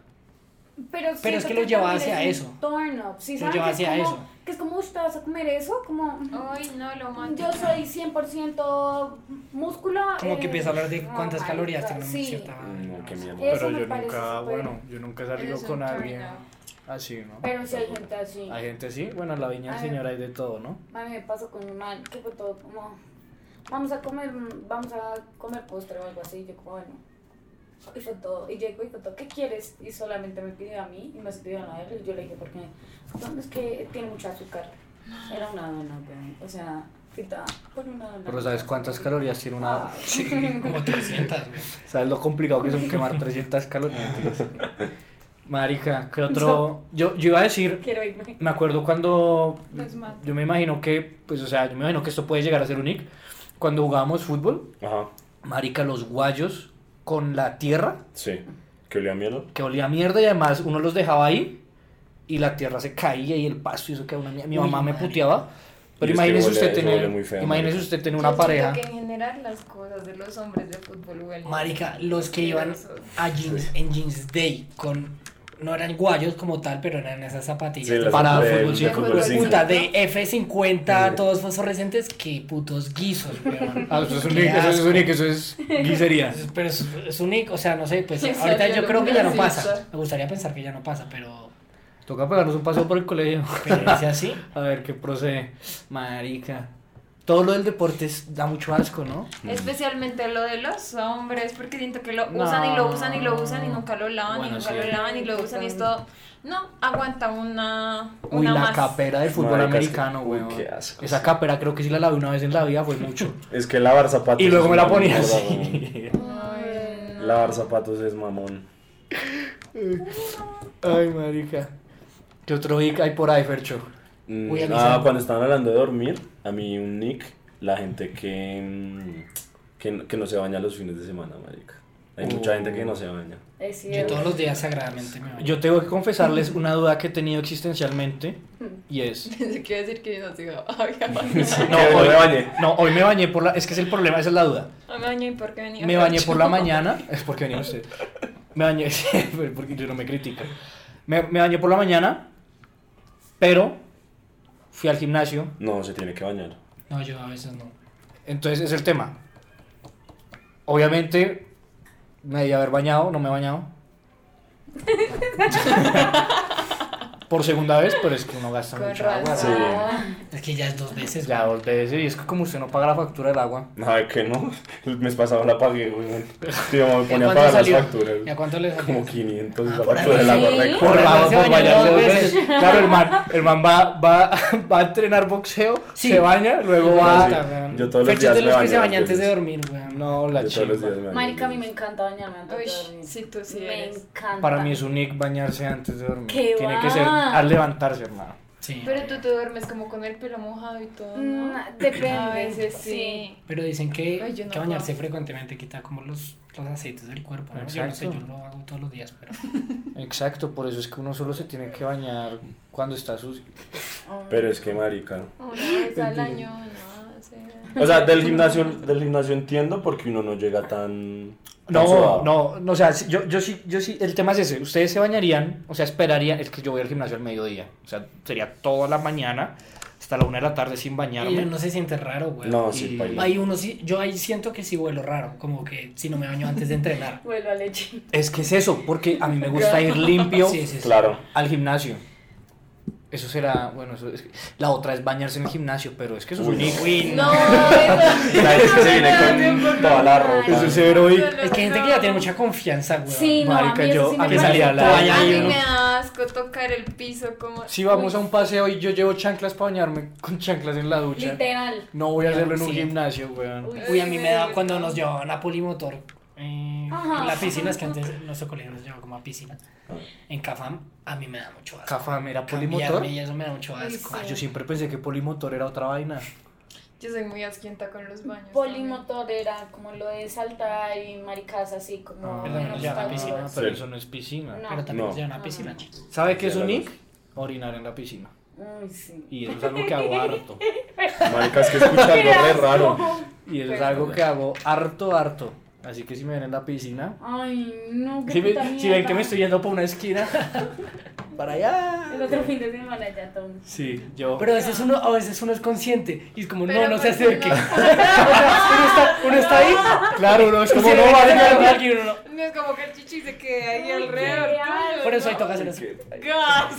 Speaker 3: Pero
Speaker 4: Pero,
Speaker 3: es
Speaker 4: siento
Speaker 3: que lo lleva
Speaker 4: también
Speaker 3: hacia
Speaker 4: es
Speaker 3: eso.
Speaker 4: un Turn up, ¿sí
Speaker 3: Lo
Speaker 4: saben?
Speaker 3: lleva
Speaker 4: Que es
Speaker 3: hacia
Speaker 4: como-
Speaker 3: eso.
Speaker 4: Que es como, "Uy, ¿te vas a comer eso? Como,
Speaker 6: Ay, no, lo mato.
Speaker 4: yo soy 100% músculo.
Speaker 3: Como que
Speaker 4: eh,
Speaker 3: empieza a hablar de
Speaker 4: no,
Speaker 3: cuántas calorías
Speaker 4: marica,
Speaker 3: tiene una
Speaker 4: sí.
Speaker 3: cierta.
Speaker 5: No, Mm, qué mierda.
Speaker 4: Eso me parece súper-
Speaker 2: yo nunca he
Speaker 6: Eres un turn off.
Speaker 2: así, ¿no?
Speaker 4: Pero si hay gente así.
Speaker 2: Hay gente así, bueno, en la viña del
Speaker 4: Ay.
Speaker 2: señor hay de todo, ¿no?
Speaker 4: A mí me pasó con un man que fue todo como, vamos a comer, vamos a comer postre o algo así. Y yo como, bueno. Y fue todo. Y llegó y fue todo, ¿qué quieres? Y solamente me pidió a mí y me pidió a él. Y yo le dije, porque no, es que tiene mucho azúcar. Era una dona, pero, o sea, quita por una dona.
Speaker 2: Pero ¿sabes cuántas calorías tiene una...?
Speaker 4: Ah,
Speaker 3: Como 300, güey.
Speaker 2: ¿Sabes lo complicado que son quemar 300 calorías? Marica, ¿qué otro...? Yo, yo iba a decir,
Speaker 4: (laughs) quiero irme.
Speaker 2: me acuerdo cuando...
Speaker 6: Los mato.
Speaker 2: Yo me imagino que, pues, o sea, yo me imagino que esto puede llegar a ser un ic. Cuando jugábamos fútbol,
Speaker 5: Ajá,
Speaker 2: marica, los guayos con la tierra,
Speaker 5: sí. ¿Que olía a mierda?
Speaker 2: que olía a mierda y además uno los dejaba ahí y la tierra se caía y el pasto y eso que una mierda. Mi
Speaker 3: Uy,
Speaker 2: mamá me
Speaker 3: madre.
Speaker 2: puteaba. Pero
Speaker 5: Y es que
Speaker 2: imagínese
Speaker 5: huele-
Speaker 2: usted
Speaker 5: eso
Speaker 2: tener,
Speaker 5: huele muy feo,
Speaker 2: imagínese
Speaker 5: marica.
Speaker 2: usted tener
Speaker 6: Yo
Speaker 2: una
Speaker 6: siento
Speaker 2: pareja.
Speaker 6: que en general las cosas de los hombres de fútbol huelen.
Speaker 3: Marica, los que iban a jeans, en Jeans Day con. No eran guayos como tal, pero eran esas zapatillas.
Speaker 5: Sí,
Speaker 3: de
Speaker 5: las
Speaker 2: Para
Speaker 5: de-
Speaker 2: fútbol
Speaker 5: de
Speaker 2: cinco.
Speaker 5: fútbol cinco.
Speaker 3: Puta, de F50, todos fosforescentes, qué putos guisos, weón.
Speaker 2: Ah, eso es un
Speaker 3: Qué
Speaker 2: ic, eso es
Speaker 3: asco.
Speaker 2: un ic, eso es guisería.
Speaker 3: Entonces, Pero es, es un ic, o sea, no sé, pues
Speaker 6: Eso
Speaker 3: ahorita
Speaker 6: yo
Speaker 3: yo
Speaker 6: no
Speaker 3: creo que ya no
Speaker 6: pienso.
Speaker 3: pasa. Me gustaría pensar que ya no pasa, pero
Speaker 2: Toca pegarnos un paseo por el
Speaker 3: (laughs)
Speaker 2: colegio. (laughs)
Speaker 3: experiencia así.
Speaker 2: A ver qué procede. Marica. Todo lo del deporte es- da mucho asco, ¿no?
Speaker 6: Especialmente lo de los hombres, porque siento que lo
Speaker 2: Mm. No.
Speaker 6: usan y lo usan y lo usan y nunca lo lavan
Speaker 2: Bueno,
Speaker 6: y nunca
Speaker 2: sí.
Speaker 6: lo lavan y lo usan y es todo. No, aguanta una, una
Speaker 2: Uy, la
Speaker 6: más.
Speaker 2: capera de fútbol
Speaker 5: Marica, es que-
Speaker 2: americano,
Speaker 5: uy,
Speaker 2: weón.
Speaker 5: qué asco.
Speaker 2: Esa capera creo que sí la lavé una vez en la vida, fue mucho.
Speaker 5: Es que lavar zapatos.
Speaker 2: y luego
Speaker 5: es
Speaker 2: me la
Speaker 5: una
Speaker 2: (laughs) ponía
Speaker 5: mierda, weón.
Speaker 2: así.
Speaker 6: Ay, no.
Speaker 5: Lavar zapatos es mamón.
Speaker 2: (laughs) Ay, marica. ¿Qué otro ic hay por ahí, Fercho?
Speaker 5: Mm,
Speaker 3: Voy a
Speaker 5: ah,
Speaker 3: avisar.
Speaker 5: cuando estaban hablando de dormir, a mí un nick, la gente que, mm, que, que no se baña los fines de semana, marica. Hay mucha gente que no se baña.
Speaker 4: Es
Speaker 3: Yo
Speaker 4: cierto.
Speaker 3: todos los días sagradamente me baño.
Speaker 2: Yo tengo que confesarles una duda que he tenido existencialmente y es...
Speaker 6: (laughs) Pensé que iba a decir que yo no sigo. (laughs) Ay,
Speaker 2: No,
Speaker 5: Que no
Speaker 2: hoy,
Speaker 5: me bañe.
Speaker 2: no, hoy me bañé por la... Es que es el problema, esa es la duda.
Speaker 6: Me bañé y por qué venía.
Speaker 2: Me bañé por la
Speaker 6: Pancho?
Speaker 2: mañana. (laughs) Es porque venía usted. Me bañé. (laughs) pues, porque yo no me critico. Me, me bañé por la mañana. Pero fui al gimnasio.
Speaker 5: No, se tiene que bañar.
Speaker 3: No, yo a veces no.
Speaker 2: Entonces es el tema. Obviamente me debía haber bañado. No me he bañado. por segunda vez, pero es que uno gasta
Speaker 6: (laughs) Con
Speaker 2: mucha agua.
Speaker 6: razón.
Speaker 2: ¿no?
Speaker 3: Es que ya es dos veces.
Speaker 2: Ya dos veces, y es que como usted no paga la factura del agua,
Speaker 5: Nada, que no. El mes pasado la pagué, güey. Sí, me
Speaker 3: ¿Y
Speaker 5: ponía
Speaker 3: a
Speaker 5: a
Speaker 3: cuánto
Speaker 5: pagar las
Speaker 3: salió?
Speaker 5: facturas.
Speaker 3: ¿Y a cuánto le salió?
Speaker 5: Como 500
Speaker 3: Ah,
Speaker 5: la
Speaker 3: por
Speaker 5: factura
Speaker 3: ahí.
Speaker 5: del agua.
Speaker 6: Sí.
Speaker 5: re-
Speaker 2: por,
Speaker 3: Por
Speaker 2: va-
Speaker 3: razón se
Speaker 2: por
Speaker 3: bañó
Speaker 2: bañarse
Speaker 3: dos
Speaker 2: dos
Speaker 3: veces.
Speaker 2: veces. Claro, el man, el man va, va, (laughs) va a entrenar boxeo,
Speaker 3: Sí.
Speaker 2: se baña, luego
Speaker 5: Ah,
Speaker 2: va.
Speaker 5: sí.
Speaker 3: weón.
Speaker 5: Yo todos los
Speaker 3: Fechas
Speaker 5: días
Speaker 3: de
Speaker 5: me
Speaker 3: los que
Speaker 5: baño
Speaker 3: se
Speaker 5: dos
Speaker 3: bañan antes de
Speaker 5: veces.
Speaker 3: dormir, weón.
Speaker 2: No, la
Speaker 5: Yo todos los días
Speaker 2: chimba.
Speaker 5: me baño.
Speaker 4: Marica, a mí me encanta bañarme antes
Speaker 6: Uy,
Speaker 4: de dormir.
Speaker 6: sí, tú sí
Speaker 4: Me
Speaker 6: eres.
Speaker 4: encanta.
Speaker 2: Para mí es un nick bañarse antes de dormir.
Speaker 4: ¡Qué
Speaker 2: Tiene
Speaker 4: va!
Speaker 2: que ser al levantarse, hermano.
Speaker 3: Sí.
Speaker 6: Pero tú te duermes como con el pelo mojado y todo,
Speaker 4: Mm,
Speaker 6: ¿no?
Speaker 4: depende.
Speaker 6: A veces sí.
Speaker 3: Pero dicen que,
Speaker 6: Ay, yo no
Speaker 3: que bañarse
Speaker 6: puedo.
Speaker 3: frecuentemente quita como los, los aceites del cuerpo. ¿no? Yo no sé, yo
Speaker 2: Exacto.
Speaker 3: lo hago todos los días, pero.
Speaker 2: Exacto, por eso es que uno solo se tiene que bañar cuando está sucio.
Speaker 5: Pero es que, marica.
Speaker 6: Una vez al año, no. O sea,
Speaker 5: O sea, del gimnasio, del gimnasio entiendo porque uno no llega tan. tan
Speaker 2: No,
Speaker 5: sudado.
Speaker 2: no, no, o sea, yo, yo sí, yo sí, el tema es ese, ustedes se bañarían, o sea, esperarían, es que yo voy al gimnasio al mediodía, o sea, sería toda la mañana hasta la una de la tarde sin
Speaker 3: Y
Speaker 2: bañarme.
Speaker 3: uno se siente raro, weón.
Speaker 5: No, sí,
Speaker 2: Y-
Speaker 5: paila.
Speaker 3: Hay uno sí, yo ahí siento que sí huelo raro, como que si no me baño antes de entrenar.
Speaker 4: Vuelvo a leche.
Speaker 2: Es que es eso, porque a mí me gusta (laughs) ir limpio
Speaker 3: Sí, sí, sí.
Speaker 5: Claro.
Speaker 2: al gimnasio. Eso será, bueno, eso es- la otra es bañarse en el gimnasio, pero es que eso es
Speaker 5: Uy,
Speaker 2: un
Speaker 5: no.
Speaker 2: hijo.
Speaker 6: (laughs) No, eso-
Speaker 5: La vez que se viene con toda la ropa.
Speaker 4: Eso
Speaker 2: es heroico.
Speaker 3: Es que hay gente que ya tiene mucha confianza, weón.
Speaker 4: Sí, no,
Speaker 2: Marica,
Speaker 4: a mí eso
Speaker 2: yo-
Speaker 4: sí
Speaker 2: a
Speaker 4: me
Speaker 2: mí
Speaker 4: parece
Speaker 2: salía la-
Speaker 4: todo.
Speaker 3: Ay,
Speaker 6: A
Speaker 3: ay,
Speaker 6: mí
Speaker 3: uno.
Speaker 6: me da asco tocar el piso como...
Speaker 2: Si vamos
Speaker 6: Uy,
Speaker 2: a un paseo y yo llevo chanclas para bañarme con chanclas en la ducha,
Speaker 4: Literal.
Speaker 2: no voy a hacerlo en un
Speaker 3: Sí.
Speaker 2: gimnasio, weón.
Speaker 3: Uy, a mí me da cuando nos llevaban a Polimotor. eh,
Speaker 4: Ajá.
Speaker 3: en la piscina, es que antes nuestro colegio nos llevaba como a piscina. En Cafam, a mí me da mucho asco.
Speaker 2: Cafam era polimotor.
Speaker 3: Cambiarme y eso me da mucho
Speaker 6: Ay,
Speaker 3: asco.
Speaker 2: Ah, yo siempre pensé que polimotor era otra vaina.
Speaker 6: Yo soy muy asquienta con los baños.
Speaker 4: Polimotor era como lo de saltar y maricas así como.
Speaker 2: Ah,
Speaker 3: Perdón,
Speaker 4: menos
Speaker 3: ya,
Speaker 4: tabúes.
Speaker 3: piscina.
Speaker 2: pero
Speaker 5: Sí.
Speaker 2: eso no es piscina.
Speaker 4: No.
Speaker 3: Pero también
Speaker 5: No.
Speaker 3: nos llevan a
Speaker 4: Ah.
Speaker 3: piscina, chicos.
Speaker 2: ¿Sabe qué es
Speaker 5: Sí,
Speaker 2: un
Speaker 5: la
Speaker 2: nick? Orinar en la piscina.
Speaker 4: Uy, sí.
Speaker 2: Y eso es algo que hago harto.
Speaker 5: Marica, es que escucharlo re raro.
Speaker 2: (laughs) Y
Speaker 4: Pues,
Speaker 2: eso es algo
Speaker 3: pues.
Speaker 2: que hago harto, harto. Así que si me ven en la piscina.
Speaker 4: Ay, no, qué
Speaker 2: Si, me-
Speaker 4: puta
Speaker 2: si ven que
Speaker 4: mierda.
Speaker 2: me estoy yendo por una esquina. (laughs) Para allá.
Speaker 4: El otro fin de semana ya todo.
Speaker 2: Sí, yo.
Speaker 3: Pero a veces uno, a veces uno es consciente y es como,
Speaker 6: Pero
Speaker 3: no, no se
Speaker 6: pues,
Speaker 3: acerque.
Speaker 6: no.
Speaker 3: O (laughs) sea, uno está, uno está ahí.
Speaker 2: Claro, uno es como
Speaker 3: se
Speaker 2: no
Speaker 3: ve que
Speaker 2: vale.
Speaker 3: se
Speaker 2: claro".
Speaker 3: ve alguien, uno no.
Speaker 6: No es como que el chichi se quede ahí
Speaker 4: Uy,
Speaker 6: alrededor.
Speaker 4: qué asco.
Speaker 3: Por eso hay tocas en eso.
Speaker 6: Gas.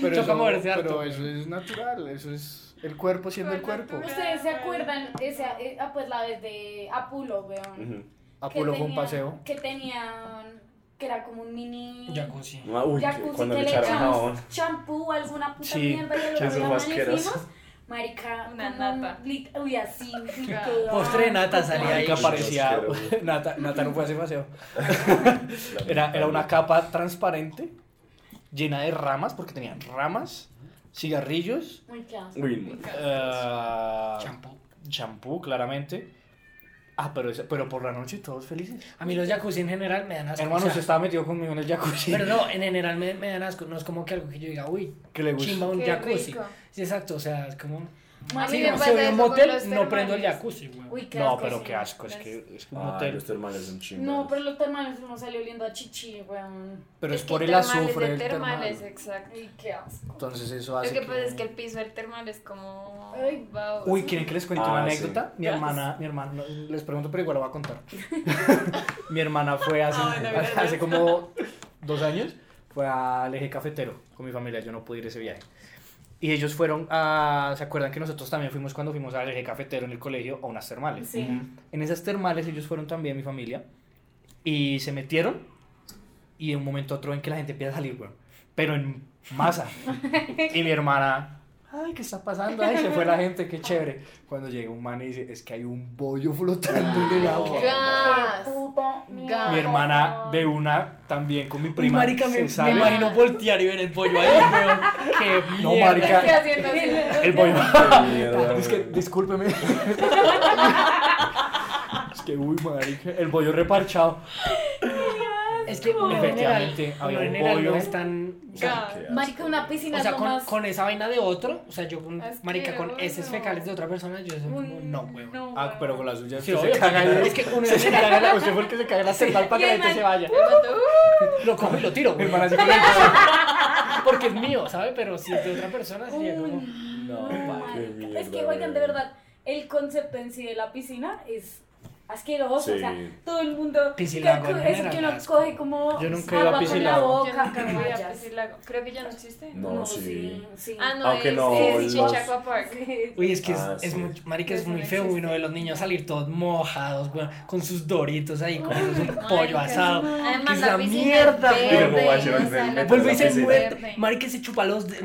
Speaker 2: Pero,
Speaker 3: Choca
Speaker 2: eso,
Speaker 3: moverse harto.
Speaker 2: pero eso es natural. Eso es el cuerpo siendo el cuerpo.
Speaker 4: ¿Ustedes se acuerdan esa, eh, ah, pues la vez de Apulo, weón?
Speaker 5: Ujú.
Speaker 4: Que
Speaker 2: Apolo fue un
Speaker 4: tenía-
Speaker 2: paseo.
Speaker 4: Que tenían, que era como un mini...
Speaker 3: Jacuzzi.
Speaker 5: Ah, Uy,
Speaker 4: jacuzzi
Speaker 5: cuando
Speaker 4: que
Speaker 5: le echaron jabón.
Speaker 4: champú, alguna puta
Speaker 2: Sí,
Speaker 4: mierda que
Speaker 5: eso fue
Speaker 4: lo veían
Speaker 5: asqueroso.
Speaker 4: amanecimos. Marica,
Speaker 6: Una
Speaker 4: con un
Speaker 6: nata.
Speaker 4: lit- ah, uy, así.
Speaker 6: Ya.
Speaker 4: quedó.
Speaker 3: Postre de nata salía ahí.
Speaker 2: Marica parecía.
Speaker 5: Dios quiero.
Speaker 2: Nata, Nata no fue a ese paseo. (laughs) Era, era una capa transparente llena de ramas, porque tenían ramas, cigarrillos,
Speaker 4: Uy, qué asco.
Speaker 5: Uy, no.
Speaker 2: eh,
Speaker 3: Champú.
Speaker 2: champú, claramente. Ah, pero, esa- pero por la noche todos felices.
Speaker 3: A mí los jacuzzi en general me dan asco.
Speaker 2: Hermano,
Speaker 3: o sea,
Speaker 2: usted estaba metido conmigo en el jacuzzi.
Speaker 3: Pero no, en general me, me dan asco. No es como que algo que yo diga, uy,
Speaker 2: (laughs) que le gusta.
Speaker 3: chimba un
Speaker 6: Qué
Speaker 3: jacuzzi.
Speaker 6: rico.
Speaker 3: Sí, exacto, o sea, es como.
Speaker 6: A mí
Speaker 3: Sí,
Speaker 6: me
Speaker 3: no,
Speaker 6: pasa
Speaker 3: si voy a un
Speaker 6: eso con
Speaker 3: motel,
Speaker 6: los
Speaker 3: no prendo el
Speaker 6: termales.
Speaker 3: jacuzzi, güey.
Speaker 4: Uy, qué
Speaker 2: No,
Speaker 4: asco,
Speaker 2: pero
Speaker 4: sí.
Speaker 2: qué asco, es que es que un
Speaker 5: Ah,
Speaker 2: hotel.
Speaker 5: los termales son chingados.
Speaker 4: No,
Speaker 5: (laughs)
Speaker 4: pero los termales uno salió oliendo a chichi, weón.
Speaker 2: Pero es
Speaker 6: que
Speaker 2: por el
Speaker 6: termales,
Speaker 2: azufre
Speaker 6: de
Speaker 2: del
Speaker 6: termales,
Speaker 2: termal.
Speaker 6: exacto.
Speaker 4: Uy, qué asco.
Speaker 2: Entonces eso
Speaker 6: Lo
Speaker 2: hace
Speaker 6: que pasa es que el piso del termal es como...
Speaker 4: Ay.
Speaker 6: baboso.
Speaker 2: Uy, ¿quieren que les cuente
Speaker 5: Ah,
Speaker 2: una
Speaker 5: sí.
Speaker 2: anécdota? Mi hermana, mi hermana, no, les pregunto, pero igual la voy a
Speaker 3: (laughs)
Speaker 2: contar. mi hermana fue hace,
Speaker 6: Ah, bueno,
Speaker 2: hace
Speaker 6: gracias.
Speaker 2: como dos años, fue al eje cafetero con mi familia, yo no pude ir a ese viaje. Y ellos fueron a, ¿se acuerdan que nosotros también fuimos cuando fuimos al eje cafetero en el colegio a unas termales?
Speaker 4: Sí.
Speaker 2: En esas termales ellos fueron también mi familia y se metieron y en un momento a otro ven que la gente empieza a salir, weón, pero en
Speaker 4: (laughs)
Speaker 2: masa. y mi hermana, ay, ¿qué está pasando? Ay, se fue la gente, qué chévere. Cuando llega un man y dice, es que hay un bollo flotando en el agua.
Speaker 6: Gas.
Speaker 4: Qué puta mierda.
Speaker 2: Mi hermana de una también con mi
Speaker 3: Uy,
Speaker 2: prima.
Speaker 3: marica, me,
Speaker 2: se
Speaker 3: me
Speaker 2: sale.
Speaker 3: imagino voltear y ver el pollo ahí, weón. Qué
Speaker 2: No,
Speaker 3: mierda.
Speaker 2: marica.
Speaker 6: ¿Qué haciendo así?
Speaker 2: El bollo.
Speaker 5: Mierda,
Speaker 2: es que,
Speaker 5: güey.
Speaker 2: (laughs) discúlpeme. es que, uy, marica, el bollo reparchado.
Speaker 3: Es que uno en
Speaker 2: Efectivamente,
Speaker 3: general,
Speaker 2: había
Speaker 3: uno en
Speaker 2: un
Speaker 3: general
Speaker 2: pollo.
Speaker 3: no es tan...
Speaker 6: O sea,
Speaker 5: Qué asco.
Speaker 4: Marica, una piscina
Speaker 3: O sea,
Speaker 4: es lo
Speaker 3: con,
Speaker 4: más-
Speaker 3: con esa vaina de otro, o sea, yo con,
Speaker 6: Ah,
Speaker 3: marica, con
Speaker 6: Asqueroso.
Speaker 3: heces fecales de otra persona, yo soy como,
Speaker 4: Uy,
Speaker 3: no, weón.
Speaker 2: Ah, pero con la suya
Speaker 3: Sí,
Speaker 2: usted
Speaker 3: obvio,
Speaker 2: se caga en-
Speaker 3: es que uno
Speaker 2: usted se
Speaker 3: en general-
Speaker 2: caga en la- usted fue el que se caga en la cerval para que la gente se vaya.
Speaker 6: Me mató.
Speaker 3: Lo cojo y lo tiro,
Speaker 2: Mi
Speaker 3: güey.
Speaker 2: hermana así con el brazo.
Speaker 3: Porque es mío, ¿sabe? Pero si es de otra persona, sería como.
Speaker 4: No,
Speaker 5: qué
Speaker 4: marica. Es que,
Speaker 5: mierda,
Speaker 4: oigan, de
Speaker 5: güey.
Speaker 4: verdad, el concepto en sí de la piscina es asqueroso. O sea,
Speaker 5: Sí.
Speaker 4: todo el mundo.
Speaker 3: Piscilago en
Speaker 4: es que
Speaker 3: general,
Speaker 4: uno
Speaker 3: asco.
Speaker 4: coge como.
Speaker 2: Yo nunca he ido a
Speaker 4: agua con la
Speaker 2: Piscilago.
Speaker 6: Yo
Speaker 4: boca,
Speaker 6: nunca voy a
Speaker 4: canallas.
Speaker 6: Piscilago. Creo que ya no existe.
Speaker 5: No, sí.
Speaker 4: sí.
Speaker 6: Ah, no,
Speaker 5: Aunque
Speaker 6: es,
Speaker 5: no,
Speaker 6: es
Speaker 5: los-
Speaker 6: Chichagua Park.
Speaker 4: Sí.
Speaker 3: Uy, es que es,
Speaker 5: Ah,
Speaker 3: es
Speaker 5: sí.
Speaker 3: muy, marica, es
Speaker 6: Eso
Speaker 3: muy
Speaker 6: no
Speaker 3: feo
Speaker 6: existe.
Speaker 3: uno de los niños salir todos mojados, weón, con sus doritos ahí, con
Speaker 6: Uy,
Speaker 3: su pollo
Speaker 6: marica,
Speaker 3: asado.
Speaker 6: Además,
Speaker 3: Es
Speaker 6: la
Speaker 3: la
Speaker 6: piscina
Speaker 3: mierda,
Speaker 6: es
Speaker 5: güey. Y luego
Speaker 6: verde,
Speaker 5: va a
Speaker 6: no
Speaker 5: ser
Speaker 6: está
Speaker 5: el
Speaker 6: la
Speaker 5: metro
Speaker 3: Vuelve y
Speaker 6: piscina
Speaker 3: se
Speaker 6: es
Speaker 3: muerde.
Speaker 6: verde.
Speaker 3: Marica se chupa los dedos.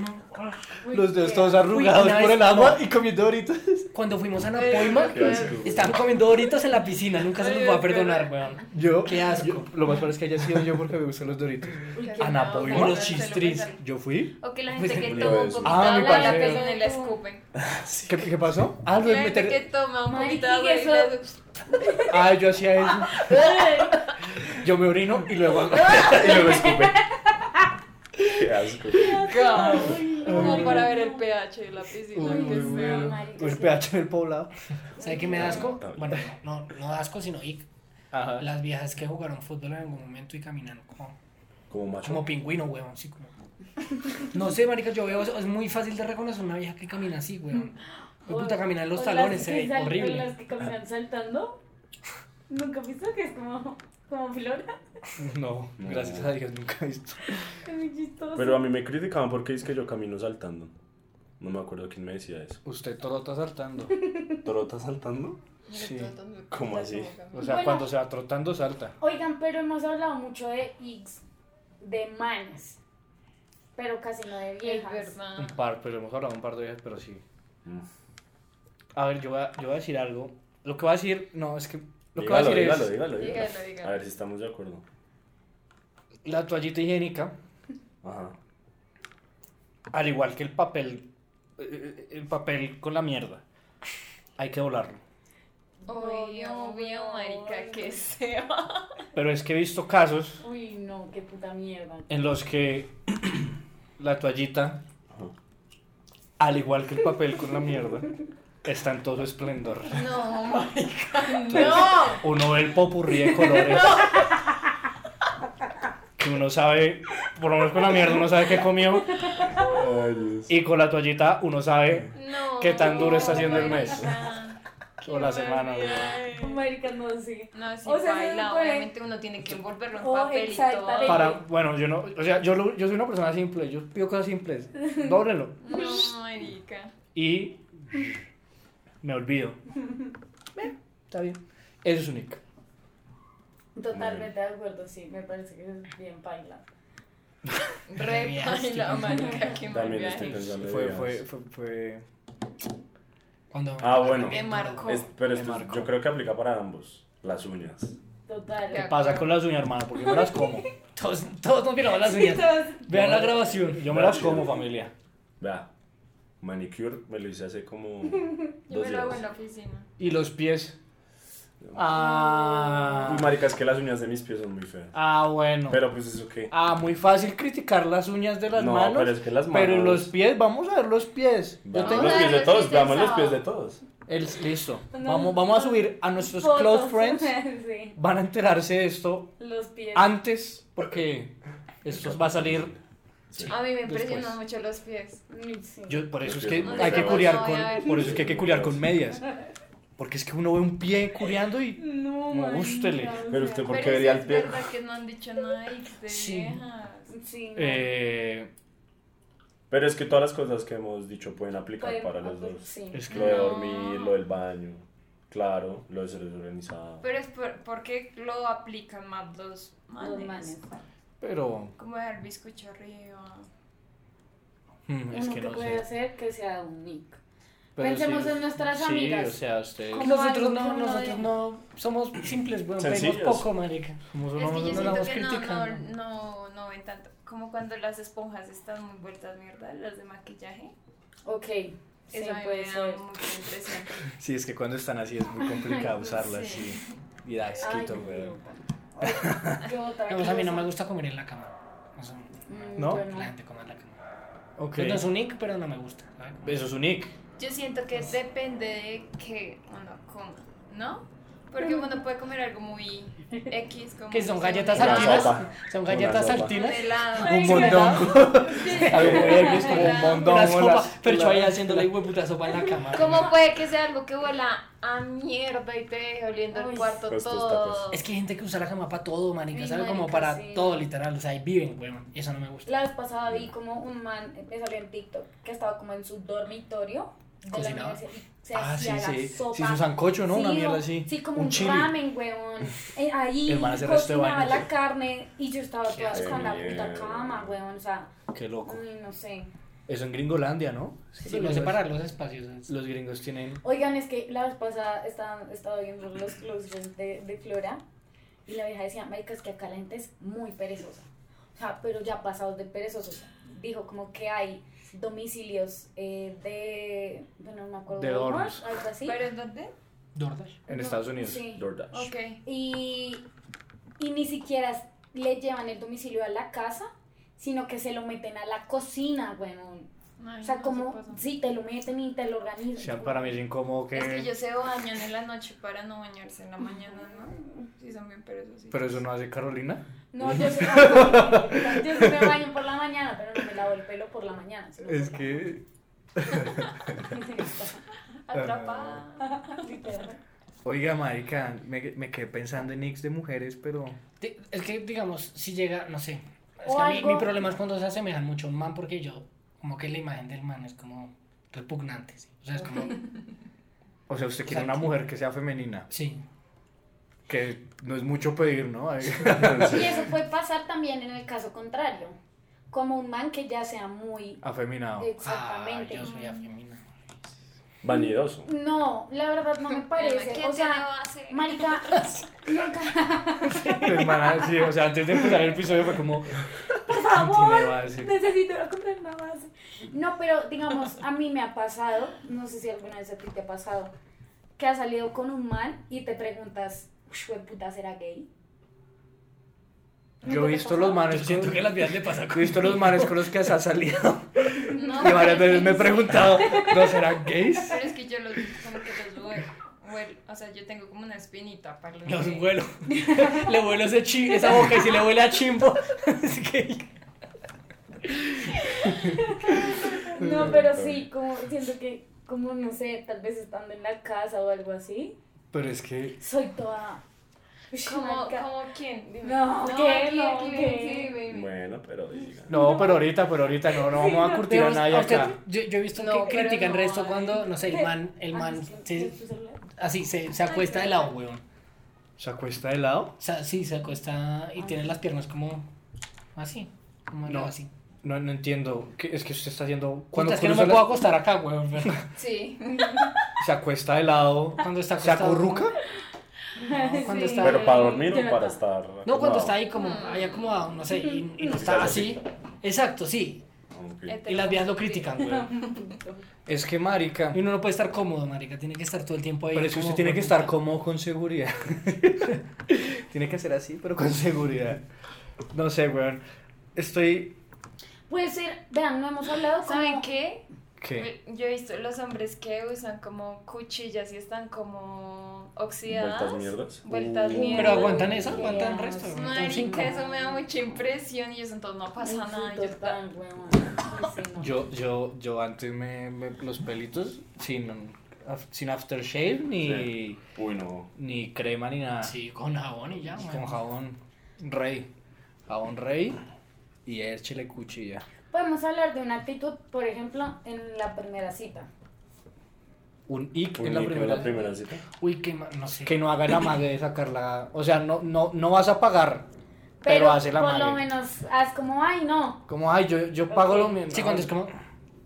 Speaker 4: Uy,
Speaker 2: Los dedos
Speaker 4: qué
Speaker 2: todos
Speaker 4: asco.
Speaker 2: arrugados
Speaker 3: Uy, una
Speaker 2: por
Speaker 3: vez-
Speaker 2: el agua
Speaker 3: no.
Speaker 2: y comiendo doritos.
Speaker 3: Cuando fuimos a Napoima,
Speaker 5: Qué asco.
Speaker 3: estaban comiendo doritos en la piscina. Nunca se
Speaker 6: Ay,
Speaker 3: los va a
Speaker 6: qué
Speaker 3: perdonar,
Speaker 6: horror.
Speaker 3: weón.
Speaker 2: Yo,
Speaker 3: Qué asco.
Speaker 2: yo- lo más probable es que haya sido yo porque me gustan los doritos.
Speaker 4: Uy, qué
Speaker 6: Qué (laughs)
Speaker 4: asco.
Speaker 2: Anapoima.
Speaker 6: feo,
Speaker 3: Los
Speaker 6: se lo
Speaker 3: chistris.
Speaker 6: pasan.
Speaker 2: Yo fui.
Speaker 6: O que la gente
Speaker 3: Pues,
Speaker 6: que
Speaker 5: no
Speaker 6: toma un
Speaker 5: es.
Speaker 6: poquito de
Speaker 2: Ah, mi
Speaker 6: agua la
Speaker 2: parcero.
Speaker 6: persona y la escupen.
Speaker 2: ¿Qué, qué pasó? Ah, lo de
Speaker 6: La gente
Speaker 2: meter-
Speaker 6: que toma un poquito de
Speaker 4: Marica,
Speaker 6: agua y
Speaker 4: eso-
Speaker 6: la escupen.
Speaker 2: Ah, yo hacía eso. Yo me orino y luego hago.
Speaker 5: Y luego escupe. Qué asco.
Speaker 6: Como para ver el pH de la piscina.
Speaker 2: Uy,
Speaker 6: qué
Speaker 2: muy
Speaker 6: feo.
Speaker 2: bueno.
Speaker 4: marica,
Speaker 2: El
Speaker 4: sí.
Speaker 2: pH del poblado.
Speaker 3: ¿Sabe qué me da asco?
Speaker 5: Lamentable.
Speaker 3: Bueno, no, no da asco, sino ic.
Speaker 2: Ajá.
Speaker 3: Las viejas que jugaron fútbol en algún momento y caminaron como,
Speaker 5: Como macho.
Speaker 3: como pingüino, weón. Sí, como... No sé, marica, yo veo eso. Es muy fácil de reconocer una vieja que camina así, weón. Uy, puta, caminar en los
Speaker 4: O
Speaker 3: talones
Speaker 4: las
Speaker 3: se
Speaker 4: que
Speaker 3: ve
Speaker 4: sal- o
Speaker 3: horrible. Ah.
Speaker 4: las que caminan saltando. Nunca he visto que es como, como flora.
Speaker 2: No,
Speaker 5: No.
Speaker 2: gracias a Dios nunca he visto.
Speaker 4: Es muy chistoso.
Speaker 5: Pero a mí me criticaban porque es que yo camino saltando. No me acuerdo quién me decía eso.
Speaker 2: Usted todo lo está saltando.
Speaker 5: ¿Torota saltando?
Speaker 2: Sí.
Speaker 5: ¿Cómo así?
Speaker 2: O sea,
Speaker 4: Bueno.
Speaker 2: cuando se va trotando, salta.
Speaker 4: Oigan, pero hemos hablado mucho de X, de manes, pero casi no de
Speaker 6: Es
Speaker 4: viejas.
Speaker 6: verdad.
Speaker 2: Un par, pues, pero hemos hablado un par de veces, pero sí.
Speaker 5: Mm.
Speaker 2: A ver, yo voy a, yo voy a decir algo. Lo que voy a decir, no, es que. Lo que voy a
Speaker 5: Dígalo,
Speaker 2: decir
Speaker 5: dígalo,
Speaker 2: es.
Speaker 5: dígalo, dígalo.
Speaker 6: Dígalo, dígalo.
Speaker 5: A ver si estamos de acuerdo.
Speaker 2: La toallita higiénica,
Speaker 5: Ajá.
Speaker 2: al igual que el papel. eh, El papel con la mierda. Hay que doblarlo.
Speaker 6: Uy, obvio, marica, que se va.
Speaker 2: Pero es que he visto casos
Speaker 4: Uy, no, qué puta mierda.
Speaker 2: en los que (clears throat) la toallita, al igual que el papel con la mierda, está en todo su esplendor.
Speaker 6: No, (laughs) marica, no.
Speaker 2: Uno ve el popurrí de colores. Que uno sabe, por lo menos con la mierda, uno sabe qué comió. Y con la toallita, uno sabe.
Speaker 6: No.
Speaker 2: ¿Qué tan duro está haciendo el mes?
Speaker 6: (laughs) marica, qué
Speaker 2: O la semana, güey.
Speaker 6: barbaridad.
Speaker 4: Marica, no, sí.
Speaker 6: No, sí,
Speaker 4: O sea, se
Speaker 6: baila,
Speaker 4: supone-
Speaker 6: obviamente uno tiene que envolverlo en
Speaker 4: Oh,
Speaker 6: papel y
Speaker 4: exacto,
Speaker 6: todo.
Speaker 4: de-
Speaker 2: Para, bueno, yo no, o sea, yo, lo- yo soy una persona simple, yo pido cosas simples. Dóblelo.
Speaker 6: No, marica.
Speaker 2: Y me olvido. Ve, Está bien. Eso es único.
Speaker 4: Totalmente de acuerdo, sí, me parece que es bien paila.
Speaker 6: Re baila, marica, qué mal
Speaker 5: También
Speaker 2: este
Speaker 5: estoy
Speaker 6: viaje.
Speaker 5: pensando. en
Speaker 2: Fue,
Speaker 5: veganos.
Speaker 2: fue, fue, fue.
Speaker 3: Cuando
Speaker 5: Ah, bueno.
Speaker 6: Me marcó.
Speaker 5: Es- pero
Speaker 2: Me
Speaker 5: esto es-
Speaker 2: marcó.
Speaker 5: yo creo que aplica para ambos. Las uñas.
Speaker 4: Total.
Speaker 6: Ya.
Speaker 2: Pasa con las uñas, hermano, porque yo me las como.
Speaker 3: (laughs) todos, todos nos miramos las uñas. Vean la grabación.
Speaker 2: Yo me las como, familia.
Speaker 5: Vea. Manicure me lo hice hace como
Speaker 6: (laughs) Yo
Speaker 5: dos
Speaker 6: me lo hago en
Speaker 5: días.
Speaker 6: la oficina.
Speaker 2: Y los pies. Ah.
Speaker 5: Y marica, es que las uñas de mis pies son muy feas.
Speaker 2: Ah, bueno.
Speaker 5: Pero pues eso qué.
Speaker 2: Ah, muy fácil criticar las uñas de las
Speaker 5: No,
Speaker 2: manos.
Speaker 5: pero es que las
Speaker 2: Pero
Speaker 5: manos-
Speaker 2: los pies, vamos a ver los pies. Yo
Speaker 5: Veamos
Speaker 2: tengo-
Speaker 5: los
Speaker 6: Vamos a
Speaker 5: pies
Speaker 6: ver
Speaker 5: de
Speaker 6: los
Speaker 5: todos,
Speaker 6: pies
Speaker 5: veamos
Speaker 6: del
Speaker 5: los pies de
Speaker 6: sábado.
Speaker 5: todos.
Speaker 2: El- listo.
Speaker 4: No,
Speaker 2: vamos,
Speaker 4: no.
Speaker 2: vamos a subir a nuestros close
Speaker 4: Fotos.
Speaker 6: (laughs)
Speaker 2: friends.
Speaker 4: sí,
Speaker 2: Van a enterarse de esto
Speaker 4: los pies.
Speaker 2: Ah, antes, porque esto va a salir.
Speaker 6: A mí me
Speaker 2: Después.
Speaker 6: impresionan mucho los pies.
Speaker 4: Mm, sí.
Speaker 2: Yo, por eso es
Speaker 5: Los
Speaker 2: que
Speaker 5: pies
Speaker 6: son
Speaker 2: hay que
Speaker 6: feos.
Speaker 2: curiar
Speaker 6: No, voy a
Speaker 2: con.
Speaker 6: ver.
Speaker 2: Por eso es que hay que curiar con medias. Porque es que uno ve un pie curiando y.
Speaker 4: No,
Speaker 2: Como
Speaker 4: marica,
Speaker 2: gústele.
Speaker 4: o
Speaker 5: Pero
Speaker 4: sea,
Speaker 5: usted- ¿Por
Speaker 6: Pero
Speaker 5: qué
Speaker 6: sí
Speaker 5: vería el
Speaker 6: es
Speaker 5: pie?
Speaker 6: verdad que no han dicho nada y de
Speaker 2: Sí.
Speaker 6: viejas.
Speaker 4: Sí, no.
Speaker 2: eh,
Speaker 5: Pero es que todas las cosas que hemos dicho pueden aplicar
Speaker 4: Pueden-
Speaker 5: para los dos.
Speaker 4: ah, pues, Sí.
Speaker 2: es
Speaker 5: Lo de
Speaker 2: que.
Speaker 6: No.
Speaker 5: dormir, lo del baño. Claro, lo de ser desorganizado.
Speaker 6: Pero es por, porque lo aplican más los manes.
Speaker 4: Los manes.
Speaker 2: Pero.
Speaker 6: Como dejar el bizcocho arriba.
Speaker 2: mm, Es
Speaker 4: Uno
Speaker 2: que
Speaker 4: que
Speaker 2: no
Speaker 4: puede
Speaker 2: sé.
Speaker 4: hacer que sea un nick.
Speaker 2: Pero
Speaker 4: Pensemos
Speaker 2: sí,
Speaker 4: en nuestras
Speaker 2: sí,
Speaker 4: amigas.
Speaker 2: o sea, ustedes.
Speaker 4: Como
Speaker 3: Nosotros
Speaker 4: algo que
Speaker 3: no,
Speaker 4: uno
Speaker 3: nosotros
Speaker 4: de-
Speaker 3: no somos simples, weón. Pedimos
Speaker 5: Sencillos.
Speaker 3: poco, marica.
Speaker 2: Como
Speaker 6: es que
Speaker 2: somos- no
Speaker 6: yo
Speaker 2: la
Speaker 6: siento
Speaker 2: vamos
Speaker 6: que no, no,
Speaker 2: criticando.
Speaker 6: no, no ven tanto. Como cuando las esponjas están muy vueltas mierda, las de maquillaje.
Speaker 4: Ok, sí,
Speaker 6: Eso a mí
Speaker 4: puede
Speaker 6: me da
Speaker 4: ser.
Speaker 6: mucha impresión.
Speaker 2: Sí, es que cuando están así es muy
Speaker 4: (laughs)
Speaker 2: complicado
Speaker 6: Ay,
Speaker 2: usarlas,
Speaker 6: sí.
Speaker 2: sí. Y da asquito,
Speaker 4: Ay,
Speaker 2: weón.
Speaker 4: Dios. (laughs) Yo otra
Speaker 3: No, pues a mí no me
Speaker 4: cosa.
Speaker 3: gusta comer en la cama. O sea,
Speaker 4: Mm,
Speaker 2: ¿No?
Speaker 4: yo
Speaker 3: que la gente coma en la cama.
Speaker 2: Ok.
Speaker 3: Pues no es un nick, pero no me gusta. ¿sabes?
Speaker 2: Eso es un nick.
Speaker 6: Yo siento que depende de que uno coma, ¿no? Porque uno puede comer algo muy X, como.
Speaker 3: Que son
Speaker 6: no sé,
Speaker 3: galletas
Speaker 6: una-
Speaker 5: Una
Speaker 3: saltinas.
Speaker 5: sopa.
Speaker 3: Son
Speaker 5: Una
Speaker 3: galletas
Speaker 5: sopa.
Speaker 6: Un
Speaker 3: saltinas.
Speaker 6: helado.
Speaker 2: Un mondongo.
Speaker 3: (laughs)
Speaker 2: Algo muy X, como un
Speaker 3: Una
Speaker 2: mondongo.
Speaker 3: sopa.
Speaker 2: las-
Speaker 3: Pero yo ahí
Speaker 2: las-
Speaker 3: haciéndole hueputa sopa (laughs) en la cama.
Speaker 6: ¿Cómo puede que sea algo que huela a mierda y te deje oliendo
Speaker 4: Uy.
Speaker 6: el cuarto
Speaker 5: Pues tus
Speaker 6: todo?
Speaker 5: tacos.
Speaker 3: Es que hay gente que usa la cama para todo, manica,
Speaker 4: Sí,
Speaker 3: ¿sabes? Como
Speaker 4: marica,
Speaker 3: para
Speaker 4: sí.
Speaker 3: todo, literal. O sea, ahí viven, weón. Eso no me gusta.
Speaker 4: La vez pasada vi como un man, me salió en TikTok, que estaba como en su dormitorio de
Speaker 3: Cocinaba.
Speaker 4: la universidad y se
Speaker 2: Ah, sí,
Speaker 4: hacía la
Speaker 2: sí.
Speaker 4: sopa.
Speaker 2: Sí, su sancocho, ¿no? Una
Speaker 4: Sí,
Speaker 2: mierda
Speaker 4: o-
Speaker 2: así.
Speaker 4: Sí, como
Speaker 2: Un
Speaker 4: un,
Speaker 2: chili.
Speaker 4: ramen, huevón. Eh, ahí
Speaker 2: El man hace resto de
Speaker 4: cocinaba
Speaker 2: vainas,
Speaker 4: la
Speaker 2: sí.
Speaker 4: carne y yo estaba toda
Speaker 5: asco.
Speaker 4: con la
Speaker 5: Mierda.
Speaker 4: puta cama, huevón. O sea,
Speaker 2: Qué loco.
Speaker 4: uy, no sé.
Speaker 2: Eso en Gringolandia, ¿no?
Speaker 3: Sí, pues. no separar los espacios. es-
Speaker 2: Los gringos tienen.
Speaker 4: Oigan, es que la vez pasada estaban, estaba viendo los close friends de, de Flora y la vieja decía, marica, es que acá la gente es muy perezosa. O sea, pero ya pasados de perezosos. Dijo como que hay domicilios eh, de... Bueno, no me acuerdo.
Speaker 2: De dorms.
Speaker 4: Algo así.
Speaker 6: ¿Pero en dónde?
Speaker 3: Dordash.
Speaker 2: En
Speaker 4: No,
Speaker 2: Estados Unidos.
Speaker 4: Sí.
Speaker 5: DoorDash.
Speaker 6: Ok.
Speaker 4: Y, y ni siquiera le llevan el domicilio a la casa, sino que se lo meten a la cocina, bueno.
Speaker 6: Ay,
Speaker 4: O sea,
Speaker 6: no,
Speaker 4: como,
Speaker 6: se pasó.
Speaker 4: sí, te lo meten y te lo organizan.
Speaker 2: O sea, para mí es incómodo que.
Speaker 6: Es que yo se bañan en la noche para no bañarse en la mañana, ¿no? Sí, son bien perezositos.
Speaker 2: Pero eso no hace Carolina.
Speaker 4: No, yo sí, me- yo sí me baño por la mañana, pero no me lavo el pelo por la mañana. sino
Speaker 2: Es
Speaker 4: por la-
Speaker 2: que.
Speaker 6: Atrapada.
Speaker 4: (laughs) Literal.
Speaker 2: Oiga, marica, me, me quedé pensando en X de mujeres, pero.
Speaker 3: Di- Es que, digamos, si llega, no sé. Es
Speaker 4: O
Speaker 3: que a mí,
Speaker 4: algo-
Speaker 3: mi problema es cuando se asemejan mucho a un man, porque yo, como que la imagen del man es como repugnante. ¿sí? O sea, es
Speaker 4: (laughs)
Speaker 3: como,
Speaker 2: O sea, usted quiere una
Speaker 3: Exacto.
Speaker 2: mujer que sea femenina.
Speaker 3: sí.
Speaker 2: Que no es mucho pedir, ¿no? (laughs)
Speaker 4: Y eso puede pasar también en el caso contrario. Como un man que ya sea muy.
Speaker 2: Afeminado.
Speaker 4: Exactamente.
Speaker 3: Ah, yo soy afeminado.
Speaker 5: Vanidoso.
Speaker 4: No, la verdad no
Speaker 6: (laughs)
Speaker 4: me parece.
Speaker 6: ¿Quién
Speaker 4: O
Speaker 6: se lo
Speaker 4: sea,
Speaker 6: va a hacer? (laughs)
Speaker 4: marica, nunca.
Speaker 2: Hermana, Pues, sí, o sea, antes de empezar el episodio fue como.
Speaker 4: Por
Speaker 2: Tiene
Speaker 4: favor,
Speaker 2: base.
Speaker 4: necesito ir a comprar una base. No, pero digamos, a mí me ha pasado, no sé si alguna vez a ti te ha pasado, que has salido con un man y te preguntas, "Ush, ¿hue puta, ¿será gay?
Speaker 2: Yo he visto los manes.
Speaker 3: Yo siento
Speaker 2: con-
Speaker 3: que las vidas le pasa
Speaker 2: Yo he visto los manes con los que has salido.
Speaker 6: No,
Speaker 2: Y varias veces me he
Speaker 6: pero es que-
Speaker 2: preguntado, ¿no serán gays?
Speaker 6: Pero es que yo los, como que los vuelo. vuelo. O sea, yo tengo como una espinita para los.
Speaker 3: Los (laughs)
Speaker 6: gays.
Speaker 3: vuelo. le vuelo ese chi- esa boca y si le huele a (laughs) chimbo. es que-
Speaker 4: No, pero sí, como siento que, como no sé, tal vez estando en la casa o algo así,
Speaker 2: Pero es que.
Speaker 4: soy toda. "Ush,
Speaker 6: ¿Cómo,
Speaker 4: marica".
Speaker 6: ¿Cómo quién? Dime.
Speaker 4: No, ¿qué? No, ¿qué?
Speaker 6: baby.
Speaker 5: Bueno, pero diga.
Speaker 2: No, pero ahorita, pero ahorita no, no vamos a curtir a
Speaker 3: Digamos,
Speaker 2: nadie
Speaker 3: a usted-
Speaker 2: acá.
Speaker 3: Yo, yo he visto
Speaker 6: No,
Speaker 3: que
Speaker 6: pero
Speaker 3: critican
Speaker 6: no,
Speaker 3: resto
Speaker 6: ay.
Speaker 3: cuando, no sé, el man, el
Speaker 4: Ah,
Speaker 3: man
Speaker 4: ¿es que
Speaker 3: se-
Speaker 4: es tu celular?
Speaker 3: así se, se acuesta de lado, weón.
Speaker 2: ¿Se acuesta de lado?
Speaker 3: O sea, sí, se acuesta y tiene las piernas como así. Como
Speaker 2: No.
Speaker 3: no. así.
Speaker 2: No, no entiendo. ¿Qué- es que usted está haciendo.
Speaker 3: Puta,
Speaker 2: Cuando
Speaker 3: es que no me
Speaker 2: cruza
Speaker 3: puedo
Speaker 2: la-
Speaker 3: acostar acá, weón. pero (laughs)
Speaker 6: Sí.
Speaker 2: se acuesta de lado.
Speaker 3: Cuando está
Speaker 2: ¿Se
Speaker 3: acostado.
Speaker 2: acurruca?
Speaker 4: (laughs)
Speaker 3: No, cuando
Speaker 4: Ah, Sí.
Speaker 3: está.
Speaker 5: Pero para dormir
Speaker 4: Jonathan.
Speaker 5: o para estar.
Speaker 3: No, cuando
Speaker 5: acomodado?
Speaker 3: está ahí como, ahí
Speaker 6: Mm.
Speaker 3: acomodado, no sé, y, y no
Speaker 5: Sí, claro,
Speaker 3: está así. Exacto, sí.
Speaker 5: Ok.
Speaker 3: Y las vías lo critican, weón.
Speaker 2: Es que, marica.
Speaker 3: Y uno no puede estar cómodo, marica. Tiene que estar todo el tiempo ahí.
Speaker 2: Pero es que
Speaker 3: como
Speaker 2: usted tiene que
Speaker 3: hueputa.
Speaker 2: estar cómodo con seguridad. (laughs) tiene que ser así, pero con seguridad. No sé, weón. Estoy.
Speaker 4: Puede ser, vean, no hemos hablado como-
Speaker 6: ¿Saben qué?
Speaker 2: ¿Qué?
Speaker 6: Yo he visto los hombres que usan como cuchillas y están como oxidadas.
Speaker 5: Vueltas mierdas.
Speaker 6: Vueltas
Speaker 5: Uh.
Speaker 6: mierdas.
Speaker 3: Pero aguantan eso, aguantan el resto. Aguantan cinco.
Speaker 6: Marica, eso me da mucha impresión y eso entonces no pasa nada. Yo estaba-
Speaker 4: Total, huevón. Sí, no.
Speaker 2: Yo, yo, yo antes me, me- los pelitos sin, af- sin aftershave ni,
Speaker 5: Sí. Uy, no.
Speaker 2: ni crema ni nada.
Speaker 3: Sí, con jabón y ya,
Speaker 2: Y
Speaker 3: weón.
Speaker 2: Con jabón rey. Jabón rey y échele cuchilla.
Speaker 4: Podemos hablar de una actitud, por ejemplo, en la primera cita.
Speaker 2: Un ic
Speaker 5: Uy,
Speaker 2: en la primera.
Speaker 5: la primera cita.
Speaker 3: Uy, qué ma- no sé.
Speaker 2: Que no haga la mague de sacarla. O sea, no, no, no vas a pagar, pero, hace la
Speaker 4: por lo
Speaker 2: mague.
Speaker 4: menos haz como, ay, no.
Speaker 2: Como, ay, yo, yo pago lo mismo.
Speaker 3: Sí, cuando es como.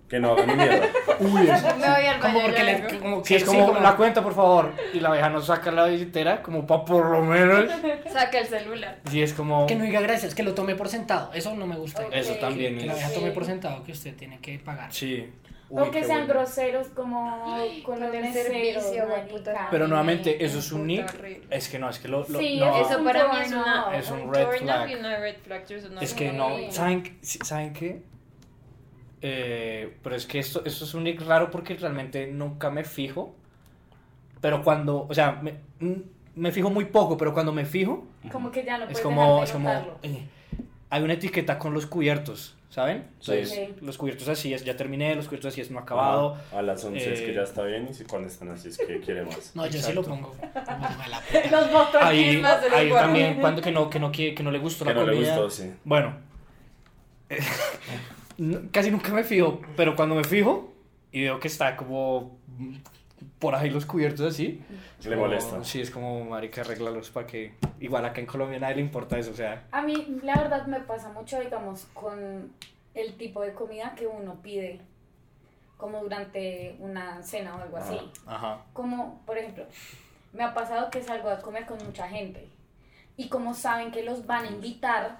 Speaker 5: Que no hagan ni mierda.
Speaker 2: Uy, es,
Speaker 6: (laughs) Me voy al
Speaker 3: Como
Speaker 6: baño.
Speaker 3: porque
Speaker 6: ya
Speaker 3: le.
Speaker 6: vengo.
Speaker 3: que- Como que
Speaker 2: Sí, es
Speaker 3: sí,
Speaker 2: como
Speaker 3: como-
Speaker 2: la cuenta, por favor. Y la abeja no saca la billetera, como pa' por lo menos.
Speaker 6: Saca el celular.
Speaker 2: Y es como.
Speaker 3: Que no diga gracias, que lo tome por sentado. Eso no me gusta.
Speaker 4: Ok.
Speaker 2: Eso también
Speaker 3: Que la
Speaker 2: es.
Speaker 3: vieja
Speaker 4: Sí.
Speaker 3: tome por sentado que usted tiene que pagar.
Speaker 2: Sí.
Speaker 4: o
Speaker 2: Uy,
Speaker 4: que
Speaker 2: qué
Speaker 4: sean
Speaker 2: bueno.
Speaker 4: groseros como con los
Speaker 6: Con el
Speaker 4: meseros,
Speaker 6: servicio,
Speaker 4: marica.
Speaker 6: puta.
Speaker 2: Pero nuevamente,
Speaker 6: Ay,
Speaker 2: eso es un
Speaker 6: puta,
Speaker 2: nick.
Speaker 6: horrible.
Speaker 2: Es que no, es que lo. lo-
Speaker 4: Sí,
Speaker 2: no.
Speaker 4: eso
Speaker 6: Eso para mí es una.
Speaker 2: Es un red
Speaker 6: turn off y
Speaker 2: flag.
Speaker 6: una red flag. yo eso no
Speaker 2: Es
Speaker 6: lo
Speaker 2: que no,
Speaker 6: veo.
Speaker 2: ¿saben, ¿saben qué? Eh, pero es que esto, esto es un nick raro porque realmente nunca me fijo. Pero cuando, o sea, me- mm, me fijo muy poco, pero cuando me fijo,
Speaker 4: Como que ya no
Speaker 2: es
Speaker 4: puedes
Speaker 2: como,
Speaker 4: dejar
Speaker 2: es
Speaker 4: de
Speaker 2: como
Speaker 4: notarlo.
Speaker 2: eh, hay una etiqueta con los cubiertos, ¿saben?
Speaker 5: Sí.
Speaker 4: Sí.
Speaker 2: Los cubiertos así es, ya terminé, los cubiertos así es, no (laughs) acabado.
Speaker 5: Ajá, A las 11 es que
Speaker 2: Eh,
Speaker 5: ya está bien y si- cuando están así es que quiere
Speaker 2: (laughs)
Speaker 5: más.
Speaker 3: No, yo sí lo
Speaker 2: Exacto.
Speaker 3: pongo. como hijo
Speaker 2: (laughs)
Speaker 3: de la puta.
Speaker 4: Los botones
Speaker 2: Ahí,
Speaker 6: más de los
Speaker 2: ahí
Speaker 6: guardias.
Speaker 2: también, cuando que no, que no, quiere- que no le gustó
Speaker 5: Que
Speaker 2: la
Speaker 5: no le
Speaker 2: comida.
Speaker 5: gustó, sí.
Speaker 2: Bueno, (laughs) no- casi nunca me fijo, pero cuando me fijo y veo que está como mm, por ahí los cubiertos así. es
Speaker 5: Le
Speaker 2: como-
Speaker 5: molesta.
Speaker 2: Sí, es como, marica, arreglalos para que... Igual acá en Colombia a nadie le importa eso, o sea...
Speaker 4: A mí, la verdad, me pasa mucho, digamos, con el tipo de comida que uno pide, como durante una cena o algo así.
Speaker 5: Ajá.
Speaker 2: Ajá.
Speaker 4: Como, por ejemplo, me ha pasado que salgo a comer con mucha gente y como saben que los van a invitar,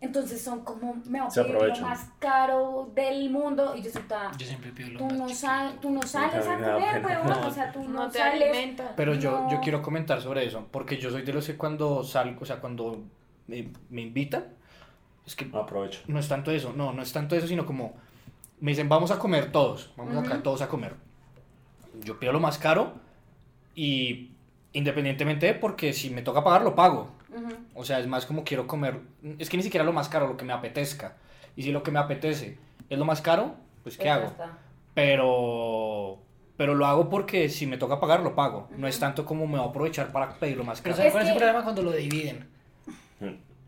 Speaker 4: entonces son como, me voy a
Speaker 5: Se
Speaker 4: pedir lo
Speaker 5: aprovechan.
Speaker 4: más caro del mundo y yo soy toda,
Speaker 3: Yo siempre pido lo
Speaker 4: tú
Speaker 3: más
Speaker 4: no,
Speaker 3: chiquito.
Speaker 4: sal- tú no sales a
Speaker 5: me da
Speaker 4: comer,
Speaker 5: pena.
Speaker 4: huevón, o sea, tú no,
Speaker 6: No te
Speaker 4: sales.
Speaker 6: alimenta.
Speaker 2: Pero yo, yo
Speaker 4: No.
Speaker 2: quiero comentar sobre eso, porque yo soy de los que cuando salgo, o sea, cuando me, me invitan, es que
Speaker 5: No aprovecho.
Speaker 2: no es tanto eso, no, no es tanto eso, sino como me dicen, vamos a comer todos, vamos acá
Speaker 4: Ujú.
Speaker 2: todos a comer. Yo pido lo más caro y independientemente de porque si me toca pagar, lo pago.
Speaker 4: Ujú.
Speaker 2: O sea, es más como quiero comer, es que ni siquiera lo más caro, lo que me apetezca. Y si lo que me apetece es lo más caro, pues ¿qué
Speaker 4: Pues ya
Speaker 2: hago?
Speaker 4: está.
Speaker 2: Pero, pero lo hago porque si me toca pagar, lo pago. No es
Speaker 4: Ujú.
Speaker 2: tanto como me voy a aprovechar para pedir lo más
Speaker 3: Pero
Speaker 2: caro.
Speaker 3: ¿sabes
Speaker 4: Es
Speaker 3: cuál es el
Speaker 4: que-
Speaker 3: problema cuando lo dividen?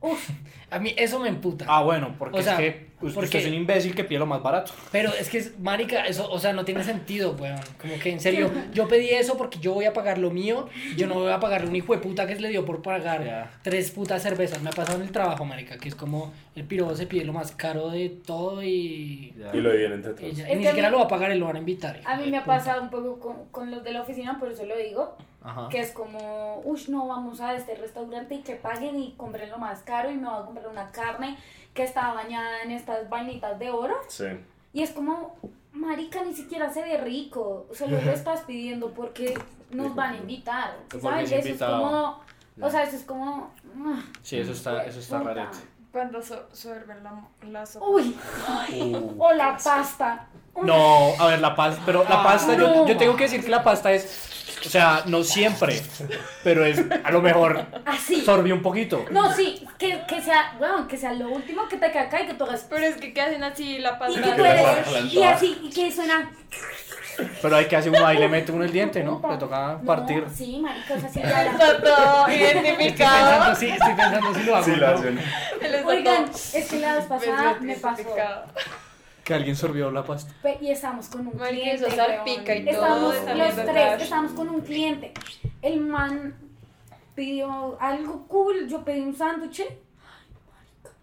Speaker 4: Uf,
Speaker 3: A mí eso me emputa.
Speaker 2: Ah, bueno, porque
Speaker 3: O sea,
Speaker 2: es que usted
Speaker 3: porque-
Speaker 2: es un imbécil que pide lo más barato.
Speaker 3: Pero es que, es- marica, eso, o sea, no tiene sentido, weón. Como que, en serio, yo pedí eso porque yo voy a pagar lo mío. Yo no voy a pagarle un hijo de puta que le dio por pagar
Speaker 2: Ya.
Speaker 3: tres putas cervezas. Me ha pasado en el trabajo, marica, que es como el piro se pide lo más caro de todo y...
Speaker 5: Y lo dividen entre
Speaker 3: y
Speaker 5: todos.
Speaker 3: ya-
Speaker 4: Es
Speaker 3: ni
Speaker 4: que a
Speaker 3: siquiera
Speaker 4: mí-
Speaker 3: lo va a pagar, él lo van a invitar. hijo
Speaker 4: a mí
Speaker 3: de
Speaker 4: me ha
Speaker 3: puta.
Speaker 4: pasado un poco con, con los de la oficina, por eso lo digo,
Speaker 2: Ajá.
Speaker 4: que es como, uy, no, vamos a este restaurante y que paguen y compren lo más caro y me voy a comprar una carne que está bañada en estas vainitas de oro.
Speaker 5: Sí.
Speaker 4: Y es como, marica, ni siquiera se ve rico, solo
Speaker 2: (laughs)
Speaker 4: lo estás pidiendo porque nos van a invitar,
Speaker 2: Porque
Speaker 4: ¿sabes?
Speaker 2: es
Speaker 4: Eso es
Speaker 2: invitado.
Speaker 4: como, o
Speaker 2: Ya.
Speaker 4: sea, eso es como... ah,
Speaker 2: Sí, eso está, eso está
Speaker 4: puta.
Speaker 2: rarete.
Speaker 6: Cuando so- sorber la, mo- la sopa.
Speaker 4: Uy, o la pasta.
Speaker 2: No, a ver, la pasta, pero la pasta, yo,
Speaker 4: Ah, no.
Speaker 2: yo tengo que decir que la pasta es, o sea, no siempre, pero es, a lo mejor,
Speaker 4: Así.
Speaker 2: sorbí un poquito.
Speaker 4: No, sí, que, que sea, bueno, que sea lo último que te caca y que tú hagas...
Speaker 6: Pero es que, ¿qué hacen así la
Speaker 4: Y
Speaker 6: pasta?
Speaker 4: que tú
Speaker 5: puedes-
Speaker 4: eres, y así, y que suena...
Speaker 2: Pero hay que hacer uno, ahí le mete uno el diente, ¿no? Le toca
Speaker 4: No,
Speaker 2: partir.
Speaker 4: sí, marica, o sea,
Speaker 6: (laughs)
Speaker 4: sí, ya la-
Speaker 6: Está todo
Speaker 3: Estoy pensando,
Speaker 6: identificado.
Speaker 3: sí, estoy pensando si lo
Speaker 2: Ah,
Speaker 3: hago.
Speaker 5: Sí lo
Speaker 3: ¿no?
Speaker 5: hacen.
Speaker 6: Él está
Speaker 4: Oigan,
Speaker 6: todo Pues
Speaker 4: es que
Speaker 6: (laughs)
Speaker 4: la vez pasada me pasó.
Speaker 6: identificado.
Speaker 2: Que alguien sorbió la pasta.
Speaker 4: Pe- Y estábamos con un
Speaker 6: Marica,
Speaker 4: cliente.
Speaker 6: eso salpica y
Speaker 4: weón.
Speaker 6: todo,
Speaker 4: Estábamos
Speaker 5: esa
Speaker 4: los
Speaker 5: mierda.
Speaker 4: tres, estábamos con un cliente. El man pidió algo cool, yo pedí un sándwich. Ay, marica.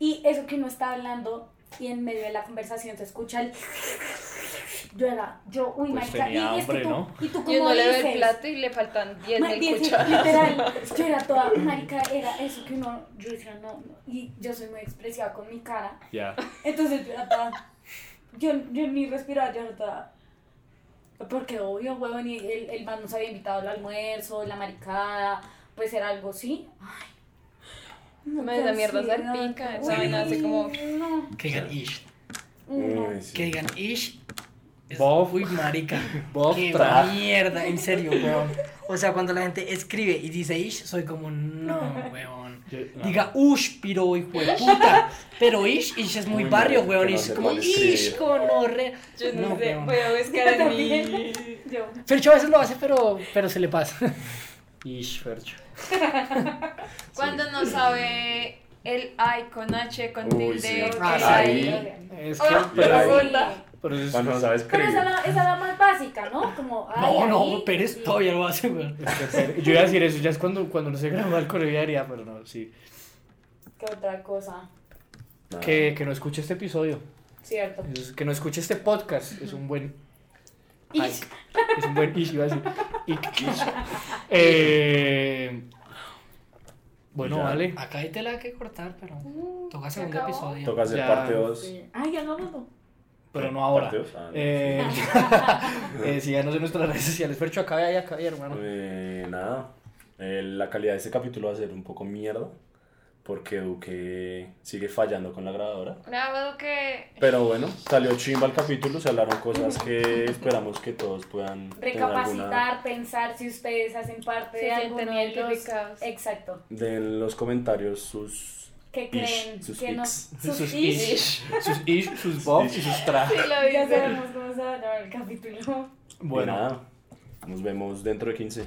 Speaker 4: Y eso que uno está hablando y en medio de la conversación se escucha el... (laughs) Yo era, yo, uy,
Speaker 2: Pues
Speaker 4: marica,
Speaker 2: tenía
Speaker 4: y es que
Speaker 2: hambre,
Speaker 4: tú,
Speaker 2: ¿no?
Speaker 4: y tú
Speaker 6: Y
Speaker 4: como
Speaker 6: uno le ve
Speaker 4: dices...
Speaker 6: el plato y le faltan 10
Speaker 4: Ma-
Speaker 6: mil
Speaker 4: diez-
Speaker 6: cucharas.
Speaker 4: literal, yo era toda, marica, era eso que uno, yo decía, no, no, y yo soy muy expresiva con mi cara,
Speaker 2: Ya.
Speaker 4: entonces yo era toda, yo, yo ni respiraba, yo era toda, porque obvio, huevón, y el, el man nos había invitado al almuerzo, la maricada, pues era algo así, ay, no,
Speaker 6: Ma, esa mierda
Speaker 4: considero-
Speaker 6: salpica, esa
Speaker 4: Uy,
Speaker 6: vaina hace como-
Speaker 4: no,
Speaker 3: Que digan ish.
Speaker 4: no.
Speaker 5: Uy, sí.
Speaker 3: Que digan ish. es-
Speaker 2: Bof.
Speaker 3: Uy, marica.
Speaker 2: (laughs) Bof,
Speaker 3: Qué
Speaker 2: tra.
Speaker 3: mierda, en serio, weón. O sea, cuando la gente escribe y dice ish, soy como, no,
Speaker 4: (laughs)
Speaker 3: weón.
Speaker 2: Yo- no.
Speaker 3: Diga ush, piro, hijo de
Speaker 6: (laughs)
Speaker 3: puta. Pero ish, ish es muy
Speaker 5: Uy,
Speaker 3: barrio,
Speaker 5: no,
Speaker 3: weón.
Speaker 5: que no
Speaker 3: Ish es
Speaker 5: se
Speaker 3: como
Speaker 5: puede escribir.
Speaker 3: ish, conorre.
Speaker 6: (laughs) Yo no, sé,
Speaker 3: weón.
Speaker 6: voy a buscar en mí.
Speaker 4: yo,
Speaker 3: Fercho a veces lo hace, pero, pero se le (laughs) pasa.
Speaker 2: Ish, Fercho.
Speaker 6: Cuando no sabe el I con H, con
Speaker 5: Uy,
Speaker 6: tilde,
Speaker 5: sí.
Speaker 6: o
Speaker 3: Ah,
Speaker 6: que
Speaker 3: sí.
Speaker 6: hay-
Speaker 5: Ahí.
Speaker 2: Es que,
Speaker 6: Ah,
Speaker 2: pero,
Speaker 5: ahí-
Speaker 6: sí.
Speaker 2: pero es-
Speaker 5: Cuando no sabes
Speaker 4: Pero esa
Speaker 5: escribir.
Speaker 4: era, esa era más básica, ¿no? Como, ay,
Speaker 3: No,
Speaker 4: ahí,
Speaker 3: no, Pérez (laughs)
Speaker 4: y-
Speaker 3: todavía lo hace, weón.
Speaker 2: yo iba a decir eso, ya es cuando, cuando no se graba el colegio haría, pero no, sí.
Speaker 4: ¿Qué otra cosa?
Speaker 5: Nada.
Speaker 2: Que, que no escuche este episodio,
Speaker 4: Cierto.
Speaker 2: es- que no escuche este podcast, es un buen
Speaker 4: Y-
Speaker 2: Ay, es un buen ish, iba a decir. Ick. Eh, bueno,
Speaker 5: Ya.
Speaker 2: vale.
Speaker 3: Acá hay tela que cortar, pero toca
Speaker 6: Mm, se
Speaker 3: segundo
Speaker 6: acabó.
Speaker 3: episodio.
Speaker 5: Toca hacer
Speaker 2: Ya.
Speaker 5: parte 2.
Speaker 4: Sí. Ay, hagámoslo.
Speaker 2: Pero no ahora.
Speaker 5: Parte dos, ah, no.
Speaker 3: (laughs)
Speaker 2: Eh, (laughs) eh, síganos en nuestras redes sociales. Percho, acá y acá, hermano.
Speaker 5: Eh, nada. Eh, la calidad de este capítulo va a ser un poco mierda. porque Duque sigue fallando con la grabadora.
Speaker 6: Bravo, que.
Speaker 5: Pero bueno, salió chimba el capítulo, se hablaron cosas que esperamos que todos puedan tener alguna...
Speaker 4: Recapacitar, pensar si ustedes hacen parte
Speaker 6: Se
Speaker 4: de
Speaker 6: sienten
Speaker 4: alguno de los...
Speaker 6: identificados.
Speaker 4: Exacto.
Speaker 5: De los comentarios sus...
Speaker 4: ¿Qué
Speaker 5: Ish,
Speaker 4: creen?
Speaker 5: sus
Speaker 4: que
Speaker 5: ics.
Speaker 4: nos...
Speaker 2: Sus
Speaker 4: ish.
Speaker 2: ish, sus ish, sus bobs y sus trajes.
Speaker 6: Sí, lo
Speaker 4: Ya
Speaker 6: hice.
Speaker 4: sabemos cómo se va a llamar el capítulo.
Speaker 5: Bueno,
Speaker 2: Bueno,
Speaker 5: nos vemos dentro de 15.